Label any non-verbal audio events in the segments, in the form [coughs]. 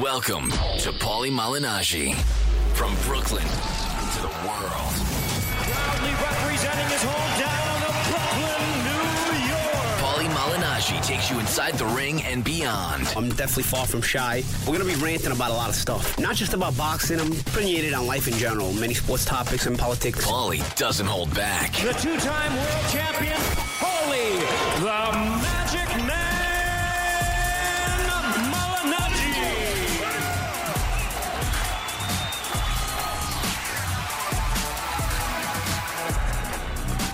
Welcome to Paulie Malignaggi. From Brooklyn to the world, Proudly representing his hometown of Brooklyn, New York. Paulie Malignaggi takes you inside the ring and beyond. I'm definitely far from shy. We're gonna be ranting about a lot of stuff, not just about boxing. I'm opinionated on life in general, many sports topics and politics. Paulie doesn't hold back. The two-time world champion, Holy the Magic Man Malinowski.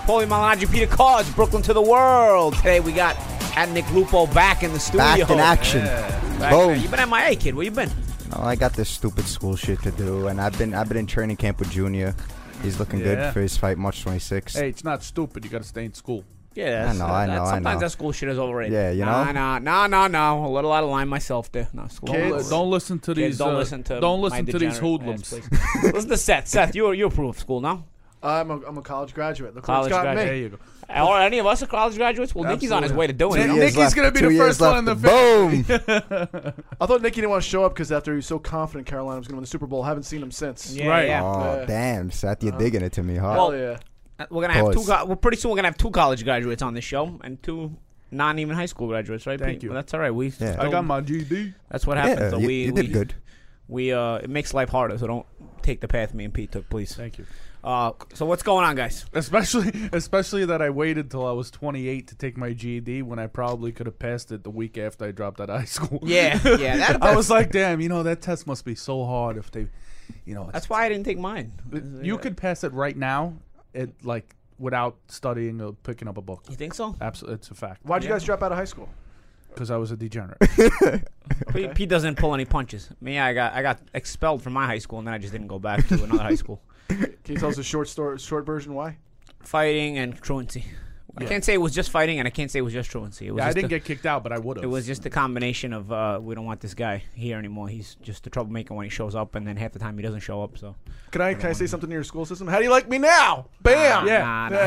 Paulie Malignaggi, Peter Cards, Brooklyn to the world. Today we got at Nick Lupo back in the studio. Back in action. Back Boom. in- You been MIA, kid. Where you been? Oh, I got this stupid school shit to do, and I've been I've been in training camp with Junior. He's looking Yeah. good for his fight March 26th. Hey, it's not stupid. You got to stay in school. Yeah, that's, I know, I that's- know, I Sometimes know. that school shit is overrated. Yeah, you know? Nah, nah, nah, nah, nah. A little out of line myself there. No, school. Kids, don't listen to Kids, these. don't uh, listen to Don't my listen to degenerate these ass, hoodlums. please. [laughs] listen to Seth. Seth, you you approve of school now? I'm a, I'm a college graduate. Look College what's got graduate. There me. you go. Or any of us are college graduates? Well, Nicky's on his Absolutely. way to doing it. Two you know? years Nicky's gonna be the two years first one in left. the [laughs] Boom! I thought Nicky didn't want to show up because after he was so confident Carolina was going to win the Super Bowl, I haven't seen him since. Yeah, Right. yeah. oh, Yeah. damn, Seth, you're digging it to me, huh? Hell yeah. Uh, We're gonna have two. Pause. Co- well, pretty soon we're gonna have two college graduates on this show and two non even high school graduates, right? Thank Pete? you. Well, that's all right. We. Yeah. I got my E GD. That's what happens. yeah, so you, we, you we, did good. We uh, it makes life harder. So don't take the path me and Pete took, please. Thank you. Uh, so what's going on, guys? Especially, [laughs] especially that I waited till I was 28 to take my GED when I probably could have passed it the week after I dropped out of high school. Yeah, [laughs] yeah. That, I was like, damn, you know that test must be so hard if they, you know, that's why I didn't take mine. you could pass it right now, it like without studying or picking up a book. You think so? Absolutely, it's a fact. Why'd you guys drop out of high school? Because I was a degenerate. Pete, Pete doesn't pull any punches. Me, I got I got expelled from my high school, and then I just didn't go back to another high school. Can you tell us a short story, short version why? Fighting and truancy. I Yeah. can't say it was just fighting, and I can't say it was just truancy. It was yeah, I just didn't the- get kicked out, but I would have. It was just a combination of uh, we don't want this guy here anymore. He's just a troublemaker when he shows up, and then half the time he doesn't show up. So Can I, can I say something to your school system? How do you like me now? Bam! Yeah. nah, nah.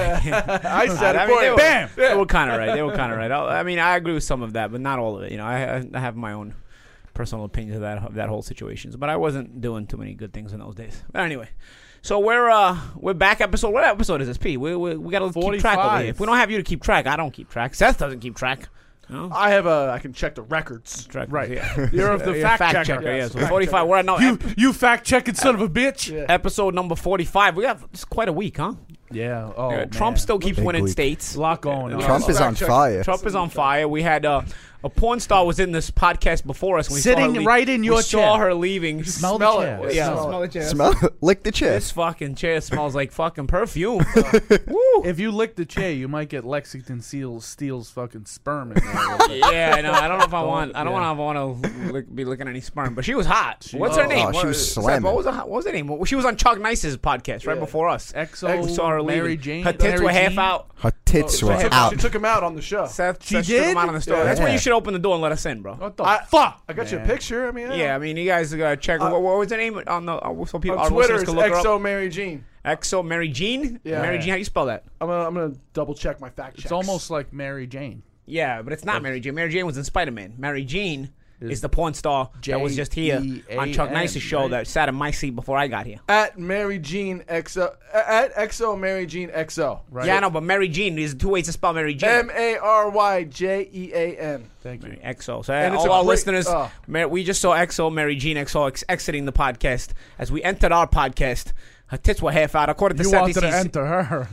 [laughs] I said I it mean, for they you. were, Bam! They were kind of right. They were kind of right. I, I mean, I agree with some of that, but not all of it. You know, I, I- I have my own personal opinions of that of that whole situation. But I wasn't doing too many good things in those days. But anyway, so we're uh we're back episode. What episode is this, P? We we, we got to keep track over 45. here. If we don't have you to keep track, I don't keep track. Seth doesn't keep track. No. I have a, I can check the records. Track- [laughs] right. yeah. You're of the Yeah, fact, fact checker. yeah, so 45. We're at [laughs] no You, you fact checking son of a bitch. Yeah. episode number 45. We got it's quite a week, huh? Yeah. Oh, Uh, Trump still keeps Big winning week. states. a lot going on. Trump is on Fact check. fire. Trump is on fire. We had uh, a porn star was in this podcast before us. and We saw her Sitting leave- right in your we saw chair. her leaving. Smell, Smell the it. chair. Yeah. Smell it. Smell, [laughs] lick the chair. This fucking chair smells like fucking perfume. [laughs] Woo. If you lick the chair, you might get Lexington Seals steals fucking sperm. [laughs] In there. Yeah, I know. I don't know if I Don't- want. I don't yeah. want to want to lick, be looking at any sperm. But she was hot. What's her Oh, name? she What- was Seth, slamming. What was, her, what was her name? Well, She was on Chuck Nice's podcast right before us. XO, We saw her leaving. Mary Jane, Her tits Mary were half Jean. out. Her tits She were took, out. Oh, she took him out on the show. Seth, She Seth took did? him out on the store. Yeah. That's when you Yeah. should open the door and let us in, bro. What the I, fuck? I got you a man? picture. I mean, Yeah, I mean, you guys gotta check. Uh, What, what was her name on the? Uh, so people, On our Twitter, listeners it's can look her up. XO Mary Jean. Exo Mary Jean. Yeah. Mary Jean. How do you spell that? I'm gonna, I'm gonna double check my fact checks. It's almost like Mary Jane. Yeah, but it's not Mary Jean. Mary Jean was in Spider Man. Mary Jean is the porn star that was just here on Chuck E J-E-A-N, Nice's show right? that sat in my seat before I got here. at Mary Jean XO at XO Mary Jean XO. Right. Yeah, I know, but Mary Jean. There's two ways to spell Mary Jean. M A R Y J E A N. Thank you. XO. So And it's all a our great- listeners, oh. Mar- we just saw XO, Mary Jean XO ex- exiting the podcast. As we entered our podcast, her tits were half out. According to You Seth, wanted to these- enter her.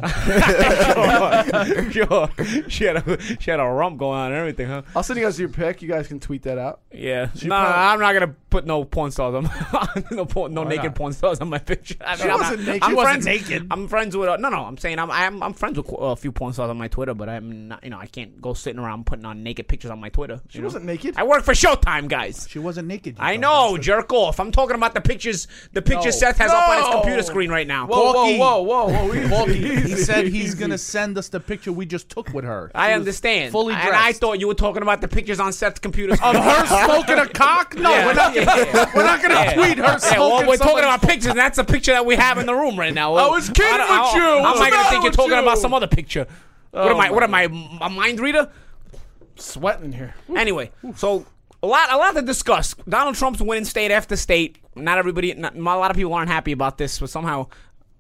[laughs] sure, she had a she had a rump going on and everything, huh? I'll send you guys your pic. You guys can tweet that out. Yeah. No, no, probably- I'm not gonna put no porn stars on [laughs] my no porn, no Why naked not? porn stars on my picture. I She wasn't naked. I'm She wasn't friends, naked. I'm friends with uh, no, no. I'm saying I'm I'm, I'm friends with qu- a few porn stars on my Twitter, but I'm not. You know, I can't go sitting around putting on naked pictures on my Twitter. She wasn't naked. I work for Showtime, guys. [laughs] she wasn't naked. you I dumb know, bastard. jerk off. I'm talking about the pictures. The pictures Seth has up on his computer screen right now. Whoa, whoa, Balky. whoa, whoa, whoa. Balky. He Easy, said he's easy. [laughs] going to send us the picture we just took with her. I understand. fully And I dressed. thought you were talking about the pictures on Seth's computer. Of [laughs] her smoking a cock? No, Yeah. we're not gonna, Yeah. we're not gonna Yeah. tweet her Yeah, smoking. well, we're talking somebody's about pictures, and that's a picture that we have in the room right now. Well, was kidding don't- with don't- you. How What's am I gonna think the matter you're with talking about you? Oh some other picture? What am I? What am I? A mind reader? [laughs] Sweating here. Anyway, so a lot, a lot to discuss. Donald Trump's winning state after state. Not everybody, not, a lot of people aren't happy about this, but somehow.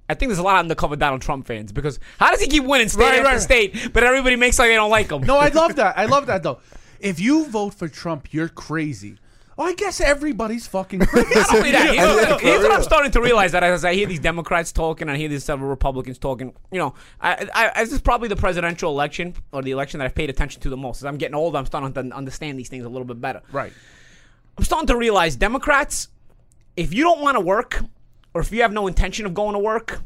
I think there's a lot of undercover Donald Trump fans because how does he keep winning state Right, after right. state, but everybody makes like they don't like him? No, I love that. I love that though. If you vote for Trump, you're crazy. Well, I guess everybody's fucking [laughs] crazy. Not only [laughs] Yeah, that, here's, yeah, what- for here's what I'm real. starting to realize that as I hear these Democrats talking, I hear these several Republicans talking. You know, I, I, this is probably the presidential election or the election that I've paid attention to the most. As I'm getting older, I'm starting to understand these things a little bit better. right. I'm starting to realize Democrats, if you don't want to work, or if you have no intention of going to work,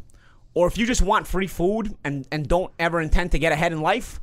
or if you just want free food and, and don't ever intend to get ahead in life,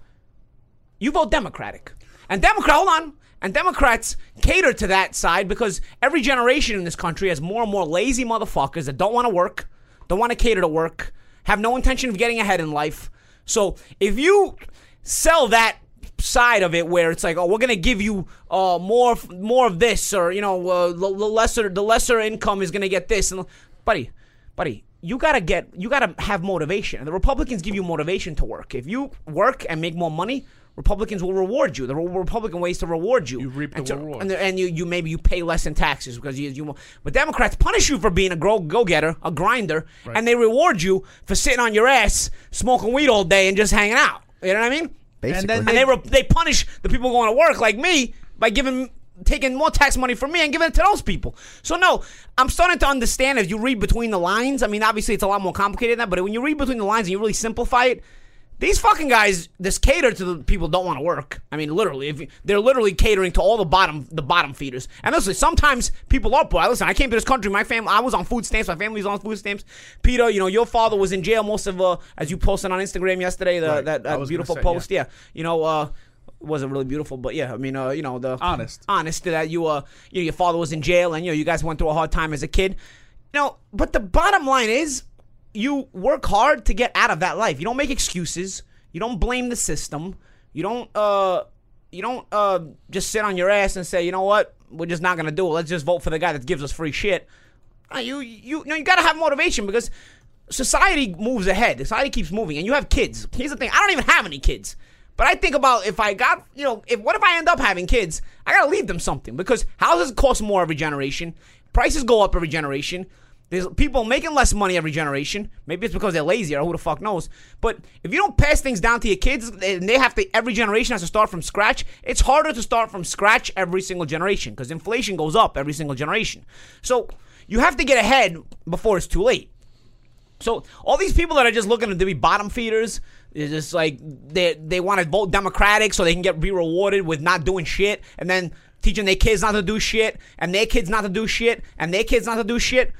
you vote Democratic. And Democrat, hold on. And Democrats cater to that side because every generation in this country has more and more lazy motherfuckers that don't want to work, don't want to cater to work, have no intention of getting ahead in life. So if you sell that side of it where it's like, oh, we're gonna give you uh, more, f- more of this, or you know, uh, the, the lesser, the lesser income is gonna get this, and buddy, buddy you gotta get you gotta have motivation and the republicans give you motivation to work if you work and make more money republicans will reward you the re- republican ways to reward you You reap and the to- reward. and, the- and you, you maybe you pay less in taxes because you, you mo- but democrats punish you for being a go- go-getter a grinder and they reward you for sitting on your ass smoking weed all day and just hanging out you know what i mean Basically. and they, re- they punish the people going to work like me by giving taking more tax money from me and giving it to those people. So no, I'm starting to understand if you read between the lines. I mean, obviously it's a lot more complicated than that, but when you read between the lines and you really simplify it, these fucking guys this cater to the people who don't want to work. I mean, literally, if you, they're literally catering to all the bottom the bottom feeders. And listen, sometimes people are poor. Listen, I came to this country, my family, I was on food stamps, my family's on food stamps. Peter, you know, your father was in jail most of uh, as you posted on Instagram yesterday, the, Right. that, I that was gonna beautiful say, yeah. post, yeah. You know, uh, wasn't really beautiful, but yeah, I mean, uh, you know, the Honest. honest that you uh, you know, your father was in jail, and you know, you guys went through a hard time as a kid. You know, but the bottom line is, you work hard to get out of that life. You don't make excuses. You don't blame the system. You don't uh, you don't uh, just sit on your ass and say, you know what, we're just not gonna do it. Let's just vote for the guy that gives us free shit. Uh, you you no, you gotta have motivation because society moves ahead. Society keeps moving, and you have kids. Here's the thing: I don't even have any kids, but I think about if I got you know if what if I end up having kids? I gotta leave them something because houses cost more every generation, prices go up every generation. There's people making less money every generation. Maybe it's because they're lazy or who the fuck knows. But if you don't pass things down to your kids, and they have to, every generation has to start from scratch, it's harder to start from scratch every single generation because inflation goes up every single generation. So you have to get ahead before it's too late. So all these people that are just looking to be bottom feeders, is just like they they want to vote Democratic so they can get be rewarded with not doing shit, and then teaching their kids not to do shit, and their kids not to do shit, and their kids not to do shit.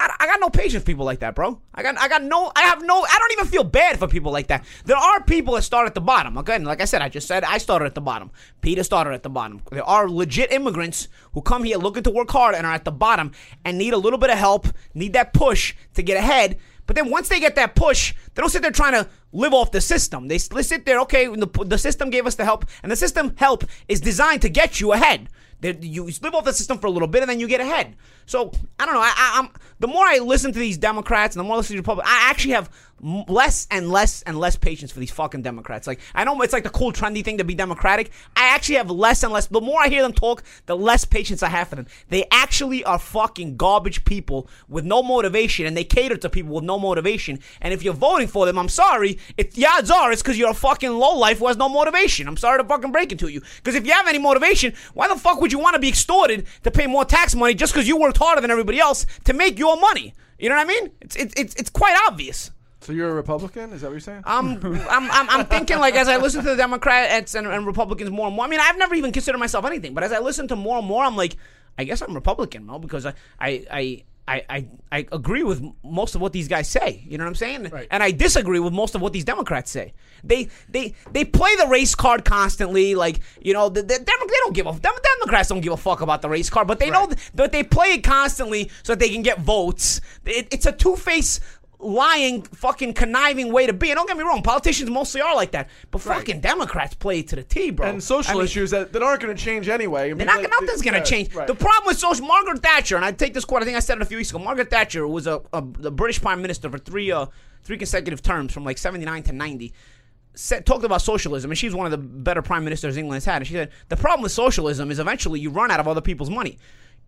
I, I got no patience for people like that, bro. I got I got no I have no I don't even feel bad for people like that. There are people that start at the bottom. Again, like I said, I just said I started at the bottom. Peter started at the bottom. There are legit immigrants who come here looking to work hard and are at the bottom and need a little bit of help, need that push to get ahead. But then once they get that push, they don't sit there trying to live off the system. They, s- they sit there, okay, the, the system gave us the help, and the system help is designed to get you ahead. They, you live off the system for a little bit, and then you get ahead. So I don't know. I, I, I'm the more I listen to these Democrats, and the more I listen to the Republicans, I actually have m- less and less and less patience for these fucking Democrats. Like I know it's like the cool, trendy thing to be Democratic. I actually have less and less. The more I hear them talk, the less patience I have for them. They actually are fucking garbage people with no motivation, and they cater to people with no motivation. And if you're voting for them, I'm sorry. If the odds are, it's because you're a fucking lowlife who has no motivation. I'm sorry to fucking break it to you. Because if you have any motivation, why the fuck would you want to be extorted to pay more tax money just because you worked harder than everybody else to make your money? You know what I mean? It's it's it's, it's quite obvious. So you're a Republican? Is that what you're saying? I'm, I'm, I'm, I'm thinking like as I listen to the Democrats and, and Republicans more and more. I mean, I've never even considered myself anything, but as I listen to more and more, I'm like, I guess I'm Republican, Mo, because I, I, I. I, I, I agree with m- most of what these guys say. You know what I'm saying? Right. And I disagree with most of what these Democrats say. They they they play the race card constantly. Like you know, the, the Demo- they don't give a Dem- Democrats don't give a fuck about the race card, but they know th- that they play it constantly so that they can get votes. It, it's a two face lying, fucking conniving way to be. And don't get me wrong, politicians mostly are like that. But fucking Democrats play it to the T, bro. and social I mean, issues that, that aren't going to change anyway. I mean, they're not, like, nothing's going to yeah, change. right. The problem with social Margaret Thatcher, and I take this quote. I think I said it a few weeks ago. Margaret Thatcher was a, a the British prime minister for three uh, three consecutive terms, from like seventy nine to ninety. said, talked about socialism, and she's one of the better prime ministers England's had. And she said the problem with socialism is eventually you run out of other people's money.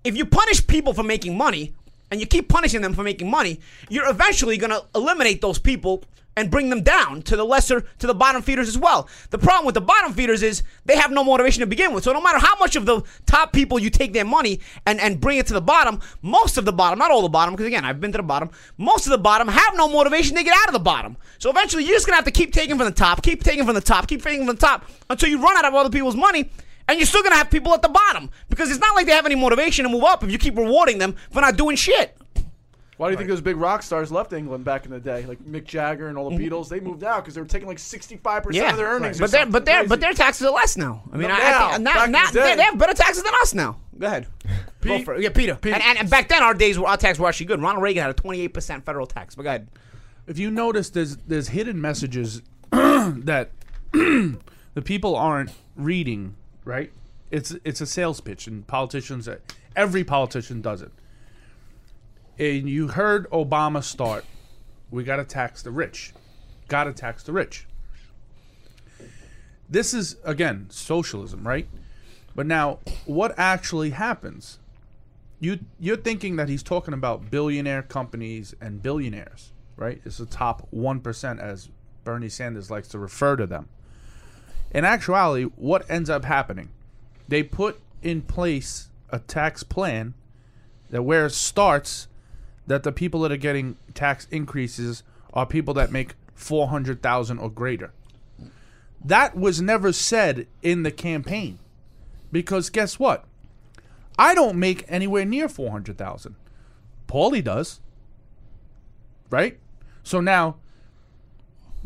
If you punish people for making money, and you keep punishing them for making money, you're eventually going to eliminate those people and bring them down to the lesser, to the bottom feeders as well. The problem with the bottom feeders is they have no motivation to begin with. So no matter how much of the top people you take their money and, and bring it to the bottom, most of the bottom, not all the bottom, because again, I've been to the bottom, most of the bottom have no motivation to get out of the bottom. So eventually you're just going to have to keep taking from the top, keep taking from the top, keep taking from the top until you run out of other people's money and you're still gonna have people at the bottom because it's not like they have any motivation to move up if you keep rewarding them for not doing shit. Why do you think those big rock stars left England back in the day, like Mick Jagger and all the Beatles? They moved out because they were taking like sixty-five percent of their earnings. or Mm-hmm. but their something but their crazy. but their taxes are less now. I mean, No, now, I, I think, back now, in now the day. they, they have better taxes than us now. Go ahead. Go Pete- for it. yeah, Peter. Pete- And, and and back then our days were our tax were actually good. Ronald Reagan had a 28 percent federal tax. But go ahead. if you notice there's there's hidden messages [clears throat] that [clears throat] the people aren't reading right it's it's a sales pitch and politicians uh, every politician does it and you heard obama start we got to tax the rich got to tax the rich this is again socialism right but now what actually happens you you're thinking that he's talking about billionaire companies and billionaires, right? It's the top one percent, as Bernie Sanders likes to refer to them. In actuality, what ends up happening? They put in place a tax plan that where it starts that the people that are getting tax increases are people that make four hundred thousand or greater. That was never said in the campaign. Because guess what? I don't make anywhere near four hundred thousand. Paulie does. Right? So now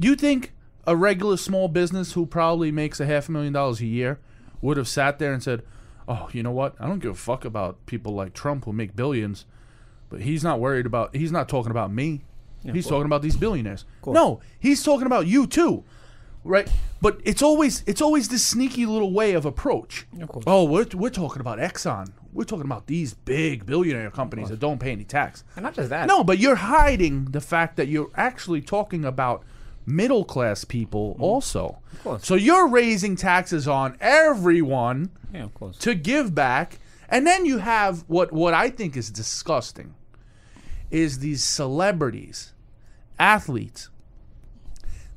you think a regular small business who probably makes a half a million dollars a year would have sat there and said, Oh, you know what? I don't give a fuck about people like Trump who make billions, but he's not worried about he's not talking about me. he's talking about these billionaires. No, he's talking about you too. Right? But it's always it's always this sneaky little way of approach. Oh, we're, we're talking about Exxon. We're talking about these big billionaire companies that don't pay any tax. And not just that. No, but you're hiding the fact that you're actually talking about middle class people also. Of Mm-hmm. course. So you're raising taxes on everyone Yeah, of course. to give back. And then you have what what I think is disgusting is these celebrities, athletes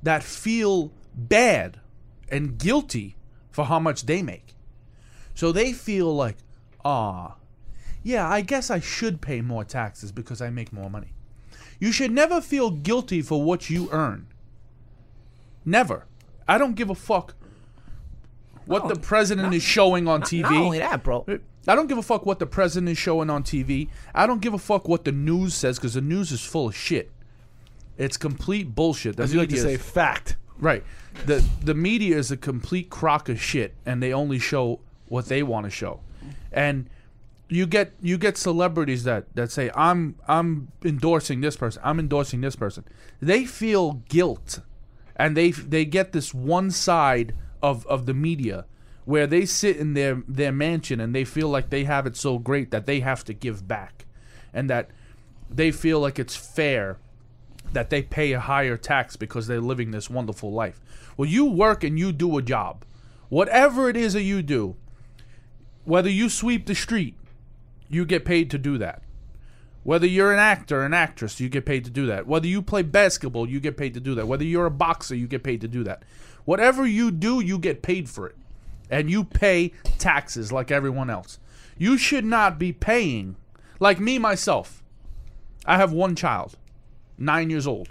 that feel bad and guilty for how much they make. So they feel like, ah, yeah, I guess I should pay more taxes because I make more money. You should never feel guilty for what you earn. Never. I don't give a fuck what the president is showing on TV. Not only that, bro. I don't give a fuck what the president is showing on TV. I don't give a fuck what the news says because the news is full of shit. It's complete bullshit. The As you like to media say, is- fact. right? The the media is a complete crock of shit, and they only show what they want to show. And you get you get celebrities that that say I'm I'm endorsing this person. I'm endorsing this person. They feel guilt, and they they get this one side of of the media where they sit in their their mansion and they feel like they have it so great that they have to give back, and that they feel like it's fair that they pay a higher tax because they're living this wonderful life. Well, you work and you do a job. Whatever it is that you do, whether you sweep the street, you get paid to do that. Whether you're an actor, an actress, you get paid to do that. Whether you play basketball, you get paid to do that. Whether you're a boxer, you get paid to do that. Whatever you do, you get paid for it. And you pay taxes like everyone else. You should not be paying, like me myself. I have one child nine years old.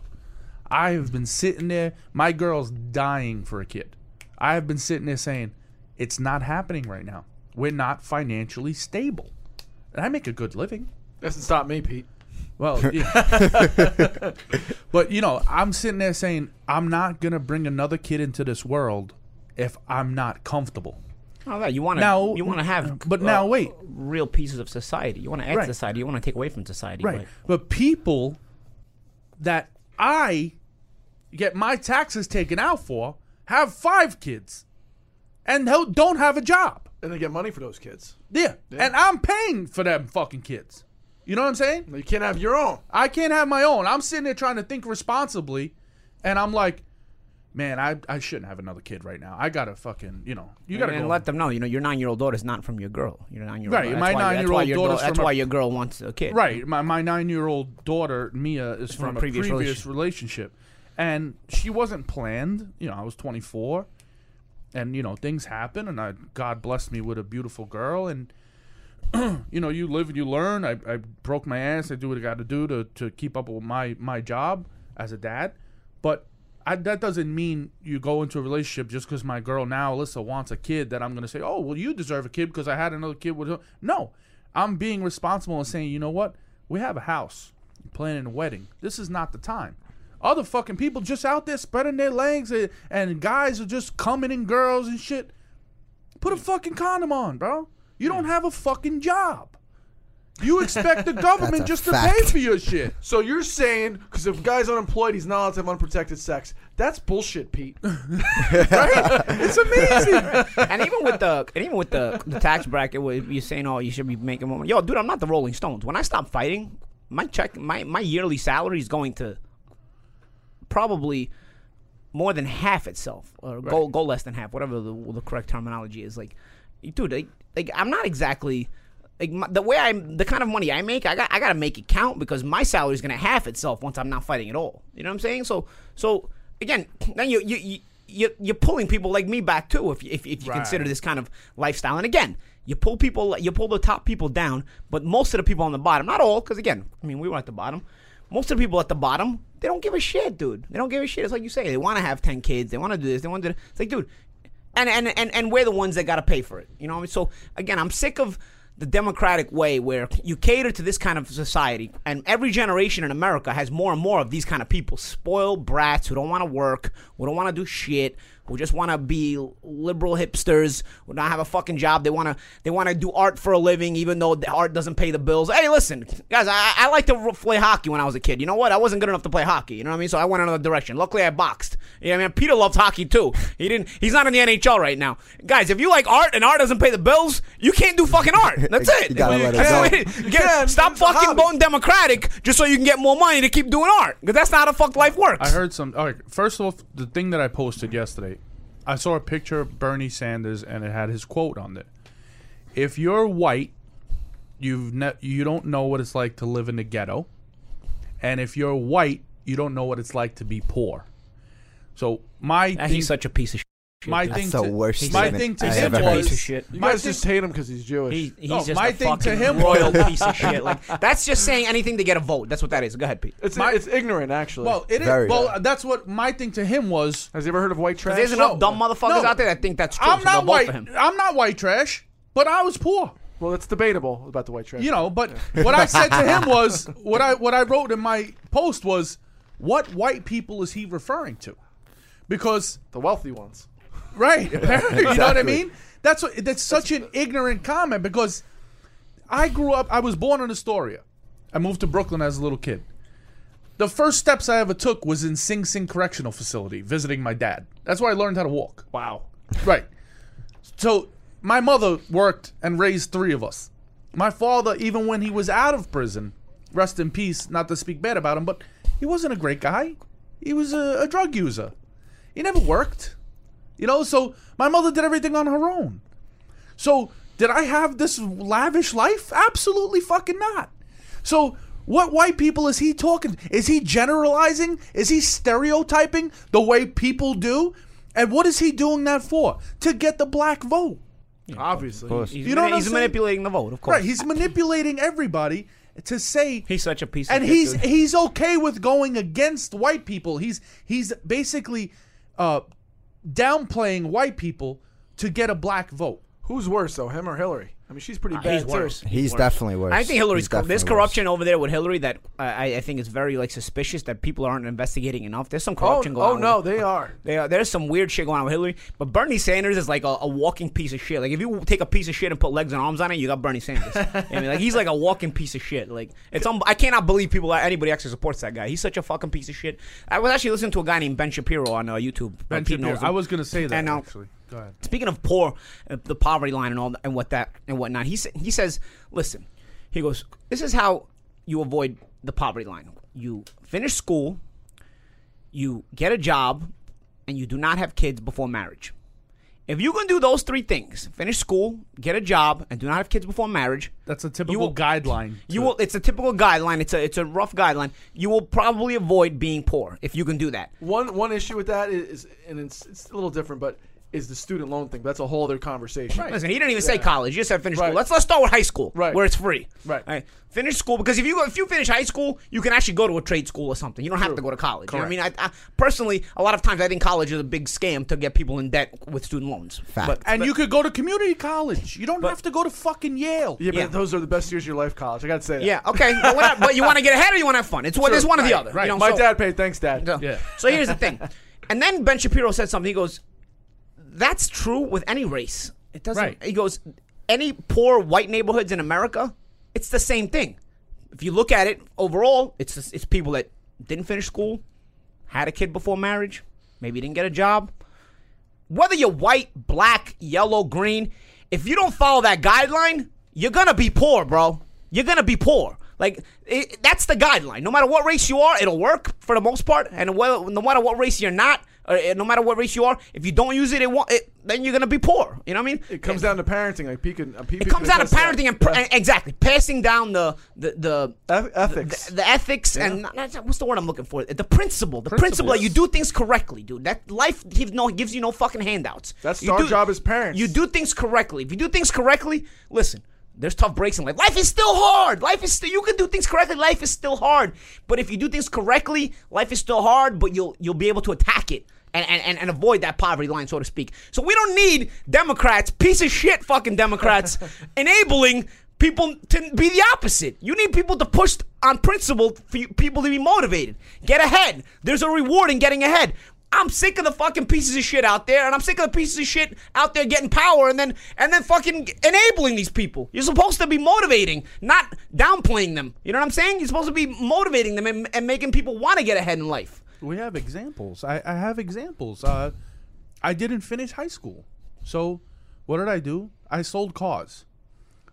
I have been sitting there. My girl's dying for a kid. I have been sitting there saying, it's not happening right now. We're not financially stable. And I make a good living. Doesn't stop me, Pete. Well, yeah. [laughs] but you know, I'm sitting there saying, I'm not going to bring another kid into this world if I'm not comfortable. Not that you want to Now- you want to have uh, but now wait. real pieces of society. You want to add Right. to society. You want to take away from society. Right. But people that I get my taxes taken out for have five kids and ho- don't have a job. And they get money for those kids. Yeah. And I'm paying for them fucking kids. You know what I'm saying? You can't have your own. I can't have my own. I'm sitting there trying to think responsibly and I'm like, man, I, I shouldn't have another kid right now. I gotta fucking, you know, you gotta and go. let them know, you know, your nine-year-old daughter is not from your girl. Your nine-year-old. Right, that's my why- that's why nine-year-old your dau- daughter's That's from a- why your girl wants a kid. Right. My my nine year old daughter Mia is from, a previous, relationship. and she wasn't planned. You know, I was 24, and you know things happen, and I God blessed me with a beautiful girl, and you know you live and you learn. I, I broke my ass. I do what I got to do to to keep up with my my job as a dad, but. I, that doesn't mean you go into a relationship just because my girl now Alyssa wants a kid that I'm going to say, oh well, you deserve a kid because I had another kid with her. No, I'm being responsible and saying, you know what? We have a house, planning a wedding. This is not the time. Other fucking people just out there spreading their legs and, and guys are just coming and girls and shit. Put a fucking condom on, bro. You don't have a fucking job. You expect [laughs] the government a just to pay fact. for your shit. So you're saying because if guy's unemployed, he's not allowed to have unprotected sex. That's [laughs] bullshit, Pete. [laughs] It's amazing. and even [laughs] with the and even with the, the tax bracket, where you're saying, "Oh, you should be making more." money. Yo, dude, I'm not the Rolling Stones. When I stop fighting, my check, my my yearly salary is going to probably more than half itself, or go go less than half, whatever the the correct terminology is. Like, dude, like, like I'm not exactly. Like my, the way I'm, the kind of money I make, I got I gotta make it count because my salary is gonna half itself once I'm not fighting at all. You know what I'm saying? So so again, then you you. you you're, you're pulling people like me back too if, you- if, if you consider this kind of lifestyle and again you pull people you pull the top people down but most of the people on the bottom not all because again i mean we were at the bottom most of the people at the bottom they don't give a shit dude they don't give a shit it's like you say they want to have 10 kids they want to do this they want to it's like dude and and and, and we're the ones that got to pay for it. You know what I mean? So again, I'm sick of the democratic way where you cater to this kind of society and every generation in America has more and more of these kind of people spoiled brats who don't want to work who don't want to do shit who just want to be liberal hipsters who don't have a fucking job they want to they want to do art for a living even though the art doesn't pay the bills hey listen guys I, I like to r- play hockey when I was a kid you know what I wasn't good enough to play hockey you know what I mean so I went another direction luckily I boxed you know what I mean Peter loved hockey too he didn't he's not in the NHL right now guys if you like art and art doesn't pay the bills you can't do fucking [laughs] art that's it You gotta let it That's go. it. Get- stop fucking going democratic just so you can get more money to keep doing art because that's not how the fuck life works I heard some. All right, first off, the thing that I posted yesterday, I saw a picture of Bernie Sanders and it had his quote on it. If you're white, you've ne- you don't know what it's like to live in the ghetto, and if you're white, you don't know what it's like to be poor. So my Ah, thing, he's such a piece of shit my That's thing the to, worst my statement thing I to him ever heard. was Piece of shit. You my guys thing- just hate him because he's Jewish. He, he's No, just Oh, my a thing to fucking him royal [laughs] was- piece of shit. Like that's just saying anything to get a vote. That's what that is. Go ahead, Pete. it's my- it's ignorant, actually. well, it is. Very Well, that's what my thing to him was. Has he ever heard of white trash? There's enough dumb motherfuckers no. out there that think that's true. I'm so they'll not vote white. for him. I'm not white trash, but I was poor. well, it's debatable about the white trash. you know but what i said to him was what i what i wrote in my post was what white people is he referring to because the wealthy ones. right [laughs] apparently, you know what i Exactly. mean that's what that's such an ignorant comment because i grew up i was born in astoria i moved to brooklyn as a little kid the first steps i ever took was in sing sing correctional facility visiting my dad that's where i learned how to walk Wow. Right. So my mother worked and raised three of us. My father, even when he was out of prison, rest in peace, not to speak bad about him, but he wasn't a great guy. He was a, a drug user. He never worked. You know, so my mother did everything on her own. So did I have this lavish life? Absolutely fucking not. So what white people is he talking? Is he generalizing? Is he stereotyping the way people do? And what is he doing that for? To get the black vote. Obviously. He's, You know mani- what I'm he's saying? manipulating the vote, of course. Right, he's manipulating everybody to say He's such a piece of and shit, he's dude. he's okay with going against white people. He's he's basically uh downplaying white people to get a black vote. Who's worse though, him or Hillary? I mean, she's pretty bad Uh, he's too. worse. He's definitely worse. I think Hillary's He's cor- there's definitely worse. corruption over there with Hillary that I, I think is very like suspicious that people aren't investigating enough. There's some Oh, corruption going oh on. with- no, they are. They are, there's some weird shit going on with Hillary, but Bernie Sanders is like a, a walking piece of shit. Like if you take a piece of shit and put legs and arms on it, you got Bernie Sanders. I mean, like he's like a walking piece of shit. Like it's un- I cannot believe people anybody actually supports that guy. He's such a fucking piece of shit. I was actually listening to a guy named Ben Shapiro on uh, YouTube. Uh, Ben Pete Shapiro. knows him. I was gonna say that And, uh, actually. Go ahead. Speaking of poor, uh, the poverty line and all that, and what that and whatnot, he sa- he says, listen, he goes, this is how you avoid the poverty line. You finish school, you get a job, and you do not have kids before marriage. If you can do those three things, finish school, get a job, and do not have kids before marriage, That's a typical will- guideline. [laughs] you to- will. It's a typical guideline. It's a it's a rough guideline. You will probably avoid being poor if you can do that. One one issue with that is, and it's, it's a little different, but is the student loan thing. That's a whole other conversation. Listen, he didn't even say college. He just said finish Right. school. Let's let's start with high school, Right. Where it's free, Right. All Finish school because if you go, if you finish high school, you can actually go to a trade school or something. You don't have to go to college. You know what I mean, I, I, personally, a lot of times I think college is a big scam to get people in debt with student loans. Fact. But, and you could go to community college. You don't have to go to fucking Yale. Yeah, but Yeah. those are the best years of your life, college. I got to say that. yeah, okay, but, we're not- but you want to get ahead or you want to have fun? It's what it's one or the other. right. You know, My so- dad paid. Thanks, dad. So, Yeah. so here's the thing. And then Ben Shapiro said something. He goes, That's true with any race. It doesn't Right. he goes, any poor white neighborhoods in America, it's the same thing. If you look at it overall, it's it's people that didn't finish school, had a kid before marriage, maybe didn't get a job. Whether you're white, black, yellow, green, if you don't follow that guideline, you're gonna be poor, bro. You're gonna be poor. Like it, that's the guideline. No matter what race you are, it'll work for the most part. And whether, no matter what race you're not, or uh, no matter what race you are, if you don't use it, it won't. It, then you're gonna be poor. You know what I mean? It comes down to parenting. Like Pete can, uh, Pete It comes out of parenting and pr- eh, Yeah. exactly passing down the the the Eth- ethics. the, the ethics and not- not- what's the word I'm looking for? The principle, the principle that you do things correctly, dude. That life gives no gives you no fucking handouts. That's You our do- job as parents. You do things correctly. If you do things correctly, listen. There's tough breaks in life. Life is still hard. Life is still you can do things correctly. Life is still hard. But if you do things correctly, life is still hard, but you'll you'll be able to attack it. And, and, and- and avoid that poverty line, so to speak. So we don't need Democrats, piece of shit [laughs] fucking Democrats, enabling people to be the opposite. You need people to push on principle for you, people to be motivated. Get ahead. There's a reward in getting ahead. I'm sick of the fucking pieces of shit out there, and I'm sick of the pieces of shit out there getting power and then and then fucking enabling these people. You're supposed to be motivating, not downplaying them. You know what I'm saying? You're supposed to be motivating them and, and making people want to get ahead in life. We have examples. I, I have examples. Uh, I didn't finish high school, so what did I do? I sold cars.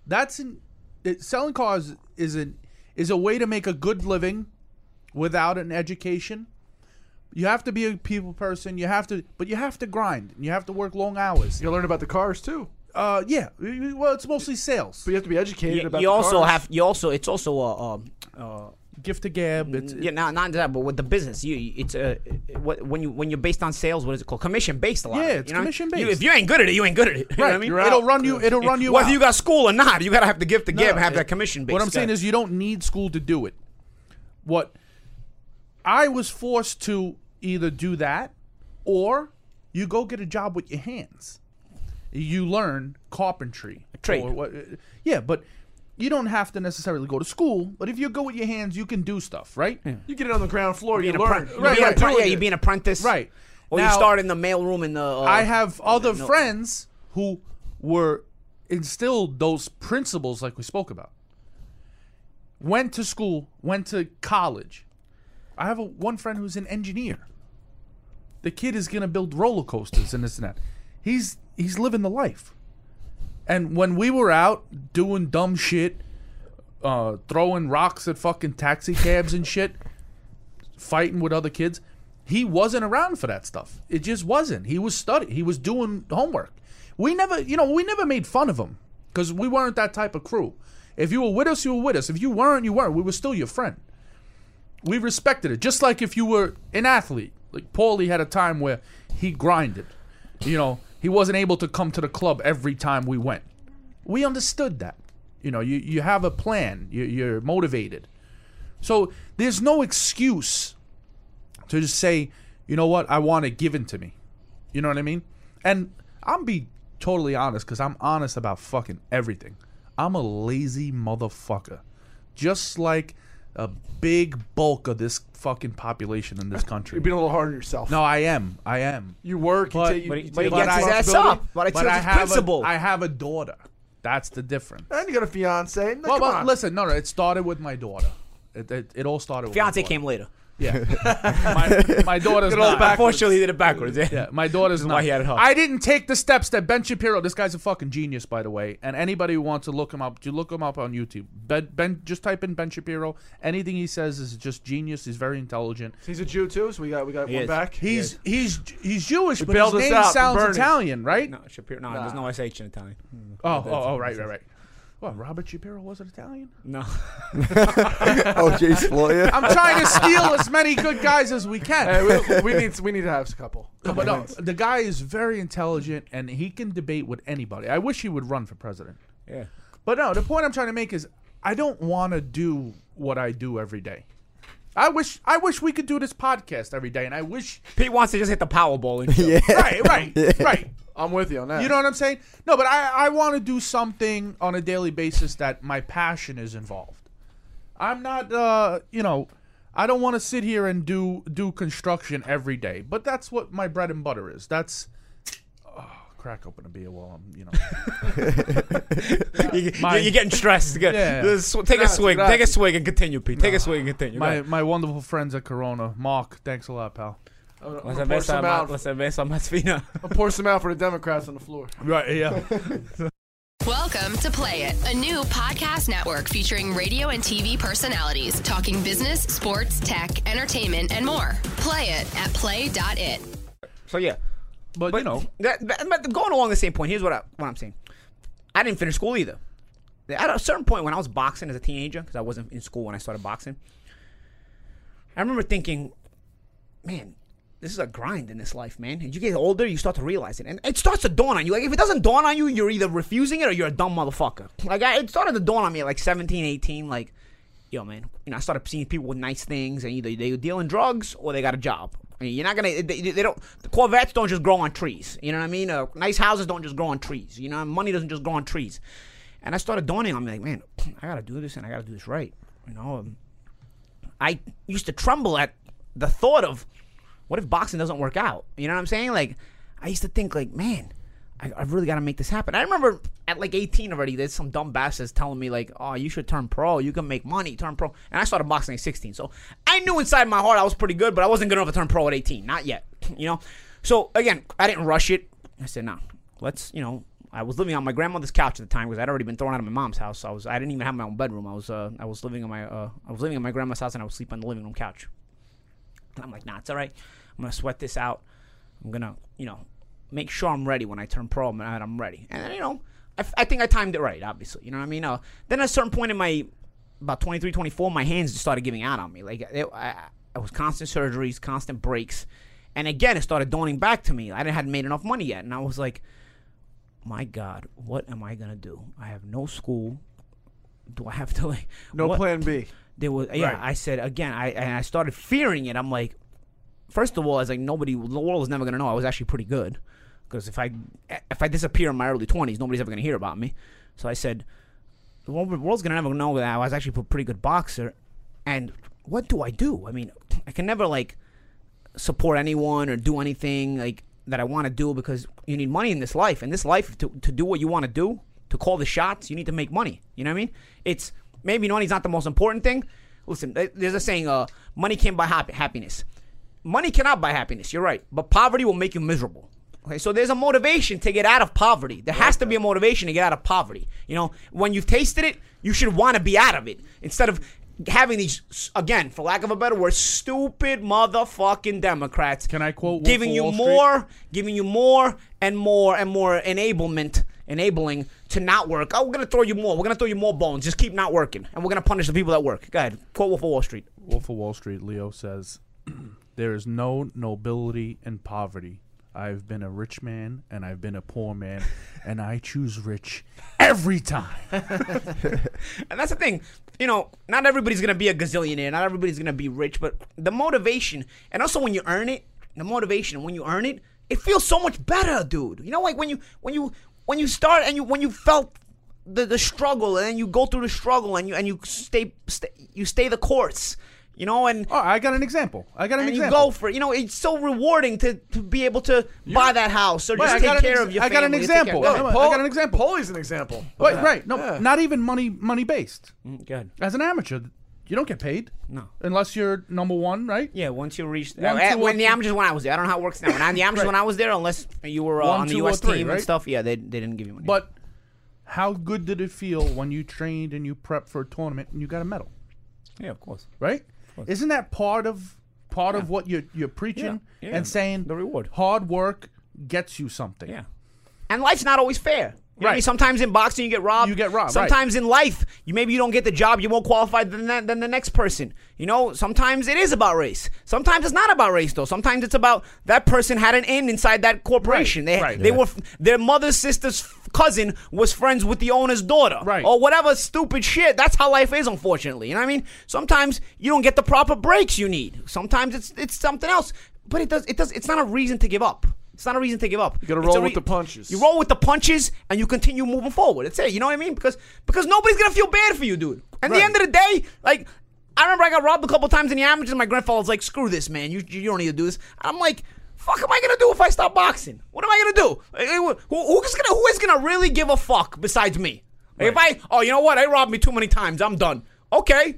That's an it, selling cars is an is a way to make a good living without an education. You have to be a people person. You have to, but you have to grind. And you have to work long hours. You learn about the cars too, Uh, yeah. Well, it's mostly sales. but you have to be educated You, about. you the also cars. have you also it's also a. um Gift to gab. It's, yeah, not not that, but with the business, you you- it's uh, what when you when you're based on sales, what is it called? Commission based, a lot. of Yeah, it, it's you know? commission-based. You, if you ain't good at it, you ain't good at it. [laughs] You know what I Right, mean? you're It'll out. run you- it'll run you Whether out. you got school or not, you gotta have the gift to give, and have it- that commission based. What I'm saying is, you don't need school to do it. What I was forced to either do that, or you go get a job with your hands. You learn carpentry, trade. or what- uh, yeah, but you don't have to necessarily go to school. But if you go with your hands, you can do stuff, right? You get it on the ground floor. You an learn. appren- You you Right, be an right. appren- Doing yeah, you it. be an apprentice, Right. Or you Now- start in the mailroom in the. Uh, I have other friends who were instilled those principles like we spoke about. Went to school, went to college. I have a, one friend who's an engineer. The kid is gonna build roller coasters and this and that. He's he's living the life. And when we were out doing dumb shit, uh, throwing rocks at fucking taxi cabs and shit, fighting with other kids. He wasn't around for that stuff. It just wasn't. He was studying. He was doing homework. We never, you know, we never made fun of him because we weren't that type of crew. If you were with us, you were with us. If you weren't, you weren't. We were still your friend. We respected it. Just like if you were an athlete, like Paulie had a time where he grinded. You know, he wasn't able to come to the club every time we went. We understood that. You know, you, you have a plan. You, you're motivated. So there's no excuse to just say, you know what, I want it given to me. You know what I mean? And I'm be totally honest because I'm honest about fucking everything. I'm a lazy motherfucker, just like a big bulk of this fucking population in this country. You're being a little hard on yourself. No, I am. I am. you work. But- you take, you, but you he- take but he gets his ass responsibility. up. But I but took I his have principle. A, I have a daughter. That's the difference. And you got a fiance. Like, Well, come well, on. listen, no, no, it started with my daughter. It, it, it all started. with my fiance daughter. came later. Yeah, [laughs] my, my daughter's not. Unfortunately, he did it backwards. Yeah. [laughs] Yeah, my daughter's not. why he had it hot. I didn't take the steps that Ben Shapiro. This guy's a fucking genius, by the way. And anybody who wants to look him up, you look him up on YouTube. Ben, ben just type in Ben Shapiro. Anything he says is just genius. He's very intelligent. He's a Jew too, so we got we got one is. back. He's he's he's Jewish, but bailed his us name out for sounds Bernie. Italian, right? [laughs] No, Shapiro. No, there's no SH in Italian. Oh, oh, oh, right, right, right. What? Robert Shapiro wasn't Italian. No. OJ's lawyer. [laughs] I'm trying to steal as many good guys as we can. Hey, we, we need we need to have a couple. No, [laughs] but no, the guy is very intelligent and he can debate with anybody. I wish he would run for president. [laughs] Yeah. But no, the point I'm trying to make is I don't want to do what I do every day. I wish I wish we could do this podcast every day, and I [laughs] wish Pete wants to just hit the Powerball. [laughs] And yeah. right, right, right. I'm with you on that. You know what I'm saying? No, but I I want to do something on a daily basis that my passion is involved. I'm not uh you know I don't want to sit here and do do construction every day, but that's what my bread and butter is. That's oh, crack open a beer while I'm you know. you, My- are getting stressed. Get- Yeah. just sw- take a swig. relax. Take a swig and continue, Pete. Take a swig and continue. my my wonderful friends at Corona, Mark. Thanks a lot, pal. I'm La gonna pour cerveza, some ma- out. la cerveza más fina. I'll pour some out for the Democrats on the [laughs] floor. Right, yeah. Welcome to Play It, a new podcast network featuring radio and TV personalities talking business, sports, tech, entertainment, and more. Play it at play.it. So yeah, But, you know, that, that- but going along the same point. Here's what I, what I'm saying. I didn't finish school either. At a certain point, when I was boxing as a teenager, because I wasn't in school when I started boxing, I remember thinking, "Man, this is a grind in this life, man." And you get older, you start to realize it, and it starts to dawn on you. Like if it doesn't dawn on you, you're either refusing it or you're a dumb motherfucker. Like I, it started to dawn on me at like 17, 18, like yo, man, you know, I started seeing people with nice things, and either they're dealing drugs or they got a job. I mean, you're not gonna, they, they don't, the Corvettes don't just grow on trees. You know what I mean? Uh, nice houses don't just grow on trees. You know, money doesn't just grow on trees. And I started dawning on me, like, man, [clears throat] I gotta do this, and I gotta do this right. You know, um, I used to tremble at the thought of what if boxing doesn't work out? You know what I'm saying? Like, I used to think, like, man, I, I've really got to make this happen. I remember at like 18 already, there's some dumb bastards telling me, like, oh, you should turn pro. You can make money, turn pro. And I started boxing at 16. So I knew inside my heart I was pretty good, but I wasn't good enough to turn pro at 18. Not yet, [laughs] you know? So again, I didn't rush it. I said, no, let's, you know, I was living on my grandmother's couch at the time because I'd already been thrown out of my mom's house. So I was I didn't even have my own bedroom. I was uh, I was living in my uh, I was living in my grandma's house and I would sleep on the living room couch. And I'm like, nah, it's all right. I'm gonna sweat this out. I'm gonna, you know, make sure I'm ready when I turn pro and I'm ready. And you know, I, f- I think I timed it right. Obviously, you know what I mean. Uh, then at a certain point in my about 23, 24, my hands just started giving out on me. Like it, I, I was constant surgeries, constant breaks, and again, it started dawning back to me. I hadn't made enough money yet, and I was like, my God, what am I gonna do? I have no school. Do I have to like No what- plan B. there was yeah Right. i said again i and i started fearing it i'm like first of all i was like nobody the world was never going to know i was actually pretty good because if i if i disappear in my early 20s nobody's ever going to hear about me so i said the world- the world's going to never know that i was actually a pretty good boxer and what do i do i mean i can never like support anyone or do anything like that I want to do because you need money in this life. And this life, to, to do what you want to do, to call the shots, you need to make money. You know what I mean? It's maybe money's not the most important thing. Listen, th- there's a saying, uh, money can't buy hap- happiness. Money cannot buy happiness. You're right, but poverty will make you miserable. Okay, so there's a motivation to get out of poverty. There has to be a motivation to get out of poverty. You know, when you've tasted it, you should want to be out of it instead of having these s- again, for lack of a better word, stupid motherfucking Democrats. Can I quote Wolf giving of you Wall Street? more, giving you more and more and more enablement, enabling to not work. Oh, we're gonna throw you more. We're gonna throw you more bones. Just keep not working, and we're gonna punish the people that work. Go ahead, quote Wolf of Wall Street. Wolf of Wall Street, Leo says, [clears throat] There is no nobility in poverty. I've been a rich man and I've been a poor [laughs] man, and I choose rich every time. And that's the thing. You know, not everybody's gonna be a gazillionaire. Not everybody's gonna be rich, but the motivation, and also when you earn it, the motivation when you earn it, it feels so much better, dude. You know, like when you when you when you start and you when you felt the, the struggle, and then you go through the struggle, and you and you stay, stay you stay the course. You know, and Oh, I got an example. I got an and you example. go for it. You know, it's so rewarding to, to be able to buy that house or Wait, just I got take an care ex- of your I got an family, take care of- example. Go ahead. No, I got an example. Polly's an example. of Wait, that. right. No, Yeah. not even money money based. Go ahead. As an amateur, You don't get paid. No. Unless you're number one, right? Yeah, once you reach One, uh, two, or when the three. Amherst when I was there, I don't know how it works now. [laughs] When I, the Amherst Right. when I was there, unless you were uh, One, on the two, or U.S. three, team and right? stuff, yeah, they, they didn't give you money. But how good did it feel when you trained and you prepped for a tournament and you got a medal, yeah, of course. right? Isn't that part of part of what you're you're preaching Yeah, yeah, and saying? the reward. Hard work gets you something. Yeah. And life's not always fair. You know what I mean? Right. Sometimes in boxing you get robbed. You get robbed, right. Sometimes in life, you maybe you don't get the job. You're more qualified than that, than the next person. You know. Sometimes it is about race. Sometimes it's not about race though. Sometimes it's about that person had an in inside that corporation. Right, They right. they Yeah. were f- their mother's sister's f- cousin was friends with the owner's daughter. Right. Or whatever stupid shit. That's how life is, unfortunately. You know what I mean? Sometimes you don't get the proper breaks you need. Sometimes it's it's something else. But it does it does it's not a reason to give up. It's not a reason to give up. You gotta roll with the punches. You roll with the punches and you continue moving forward. That's it. You know what I mean? Because because nobody's gonna feel bad for you, dude. At the end of the day, like I remember I got robbed a couple times in the amateurs. And my grandfather was like, "Screw this, man. You you don't need to do this." I'm like. Fuck am I gonna do if I stop boxing? What am I gonna do? Like, who- who's gonna who is gonna really give a fuck besides me? Like, If I oh you know what they robbed me too many times I'm done. Okay,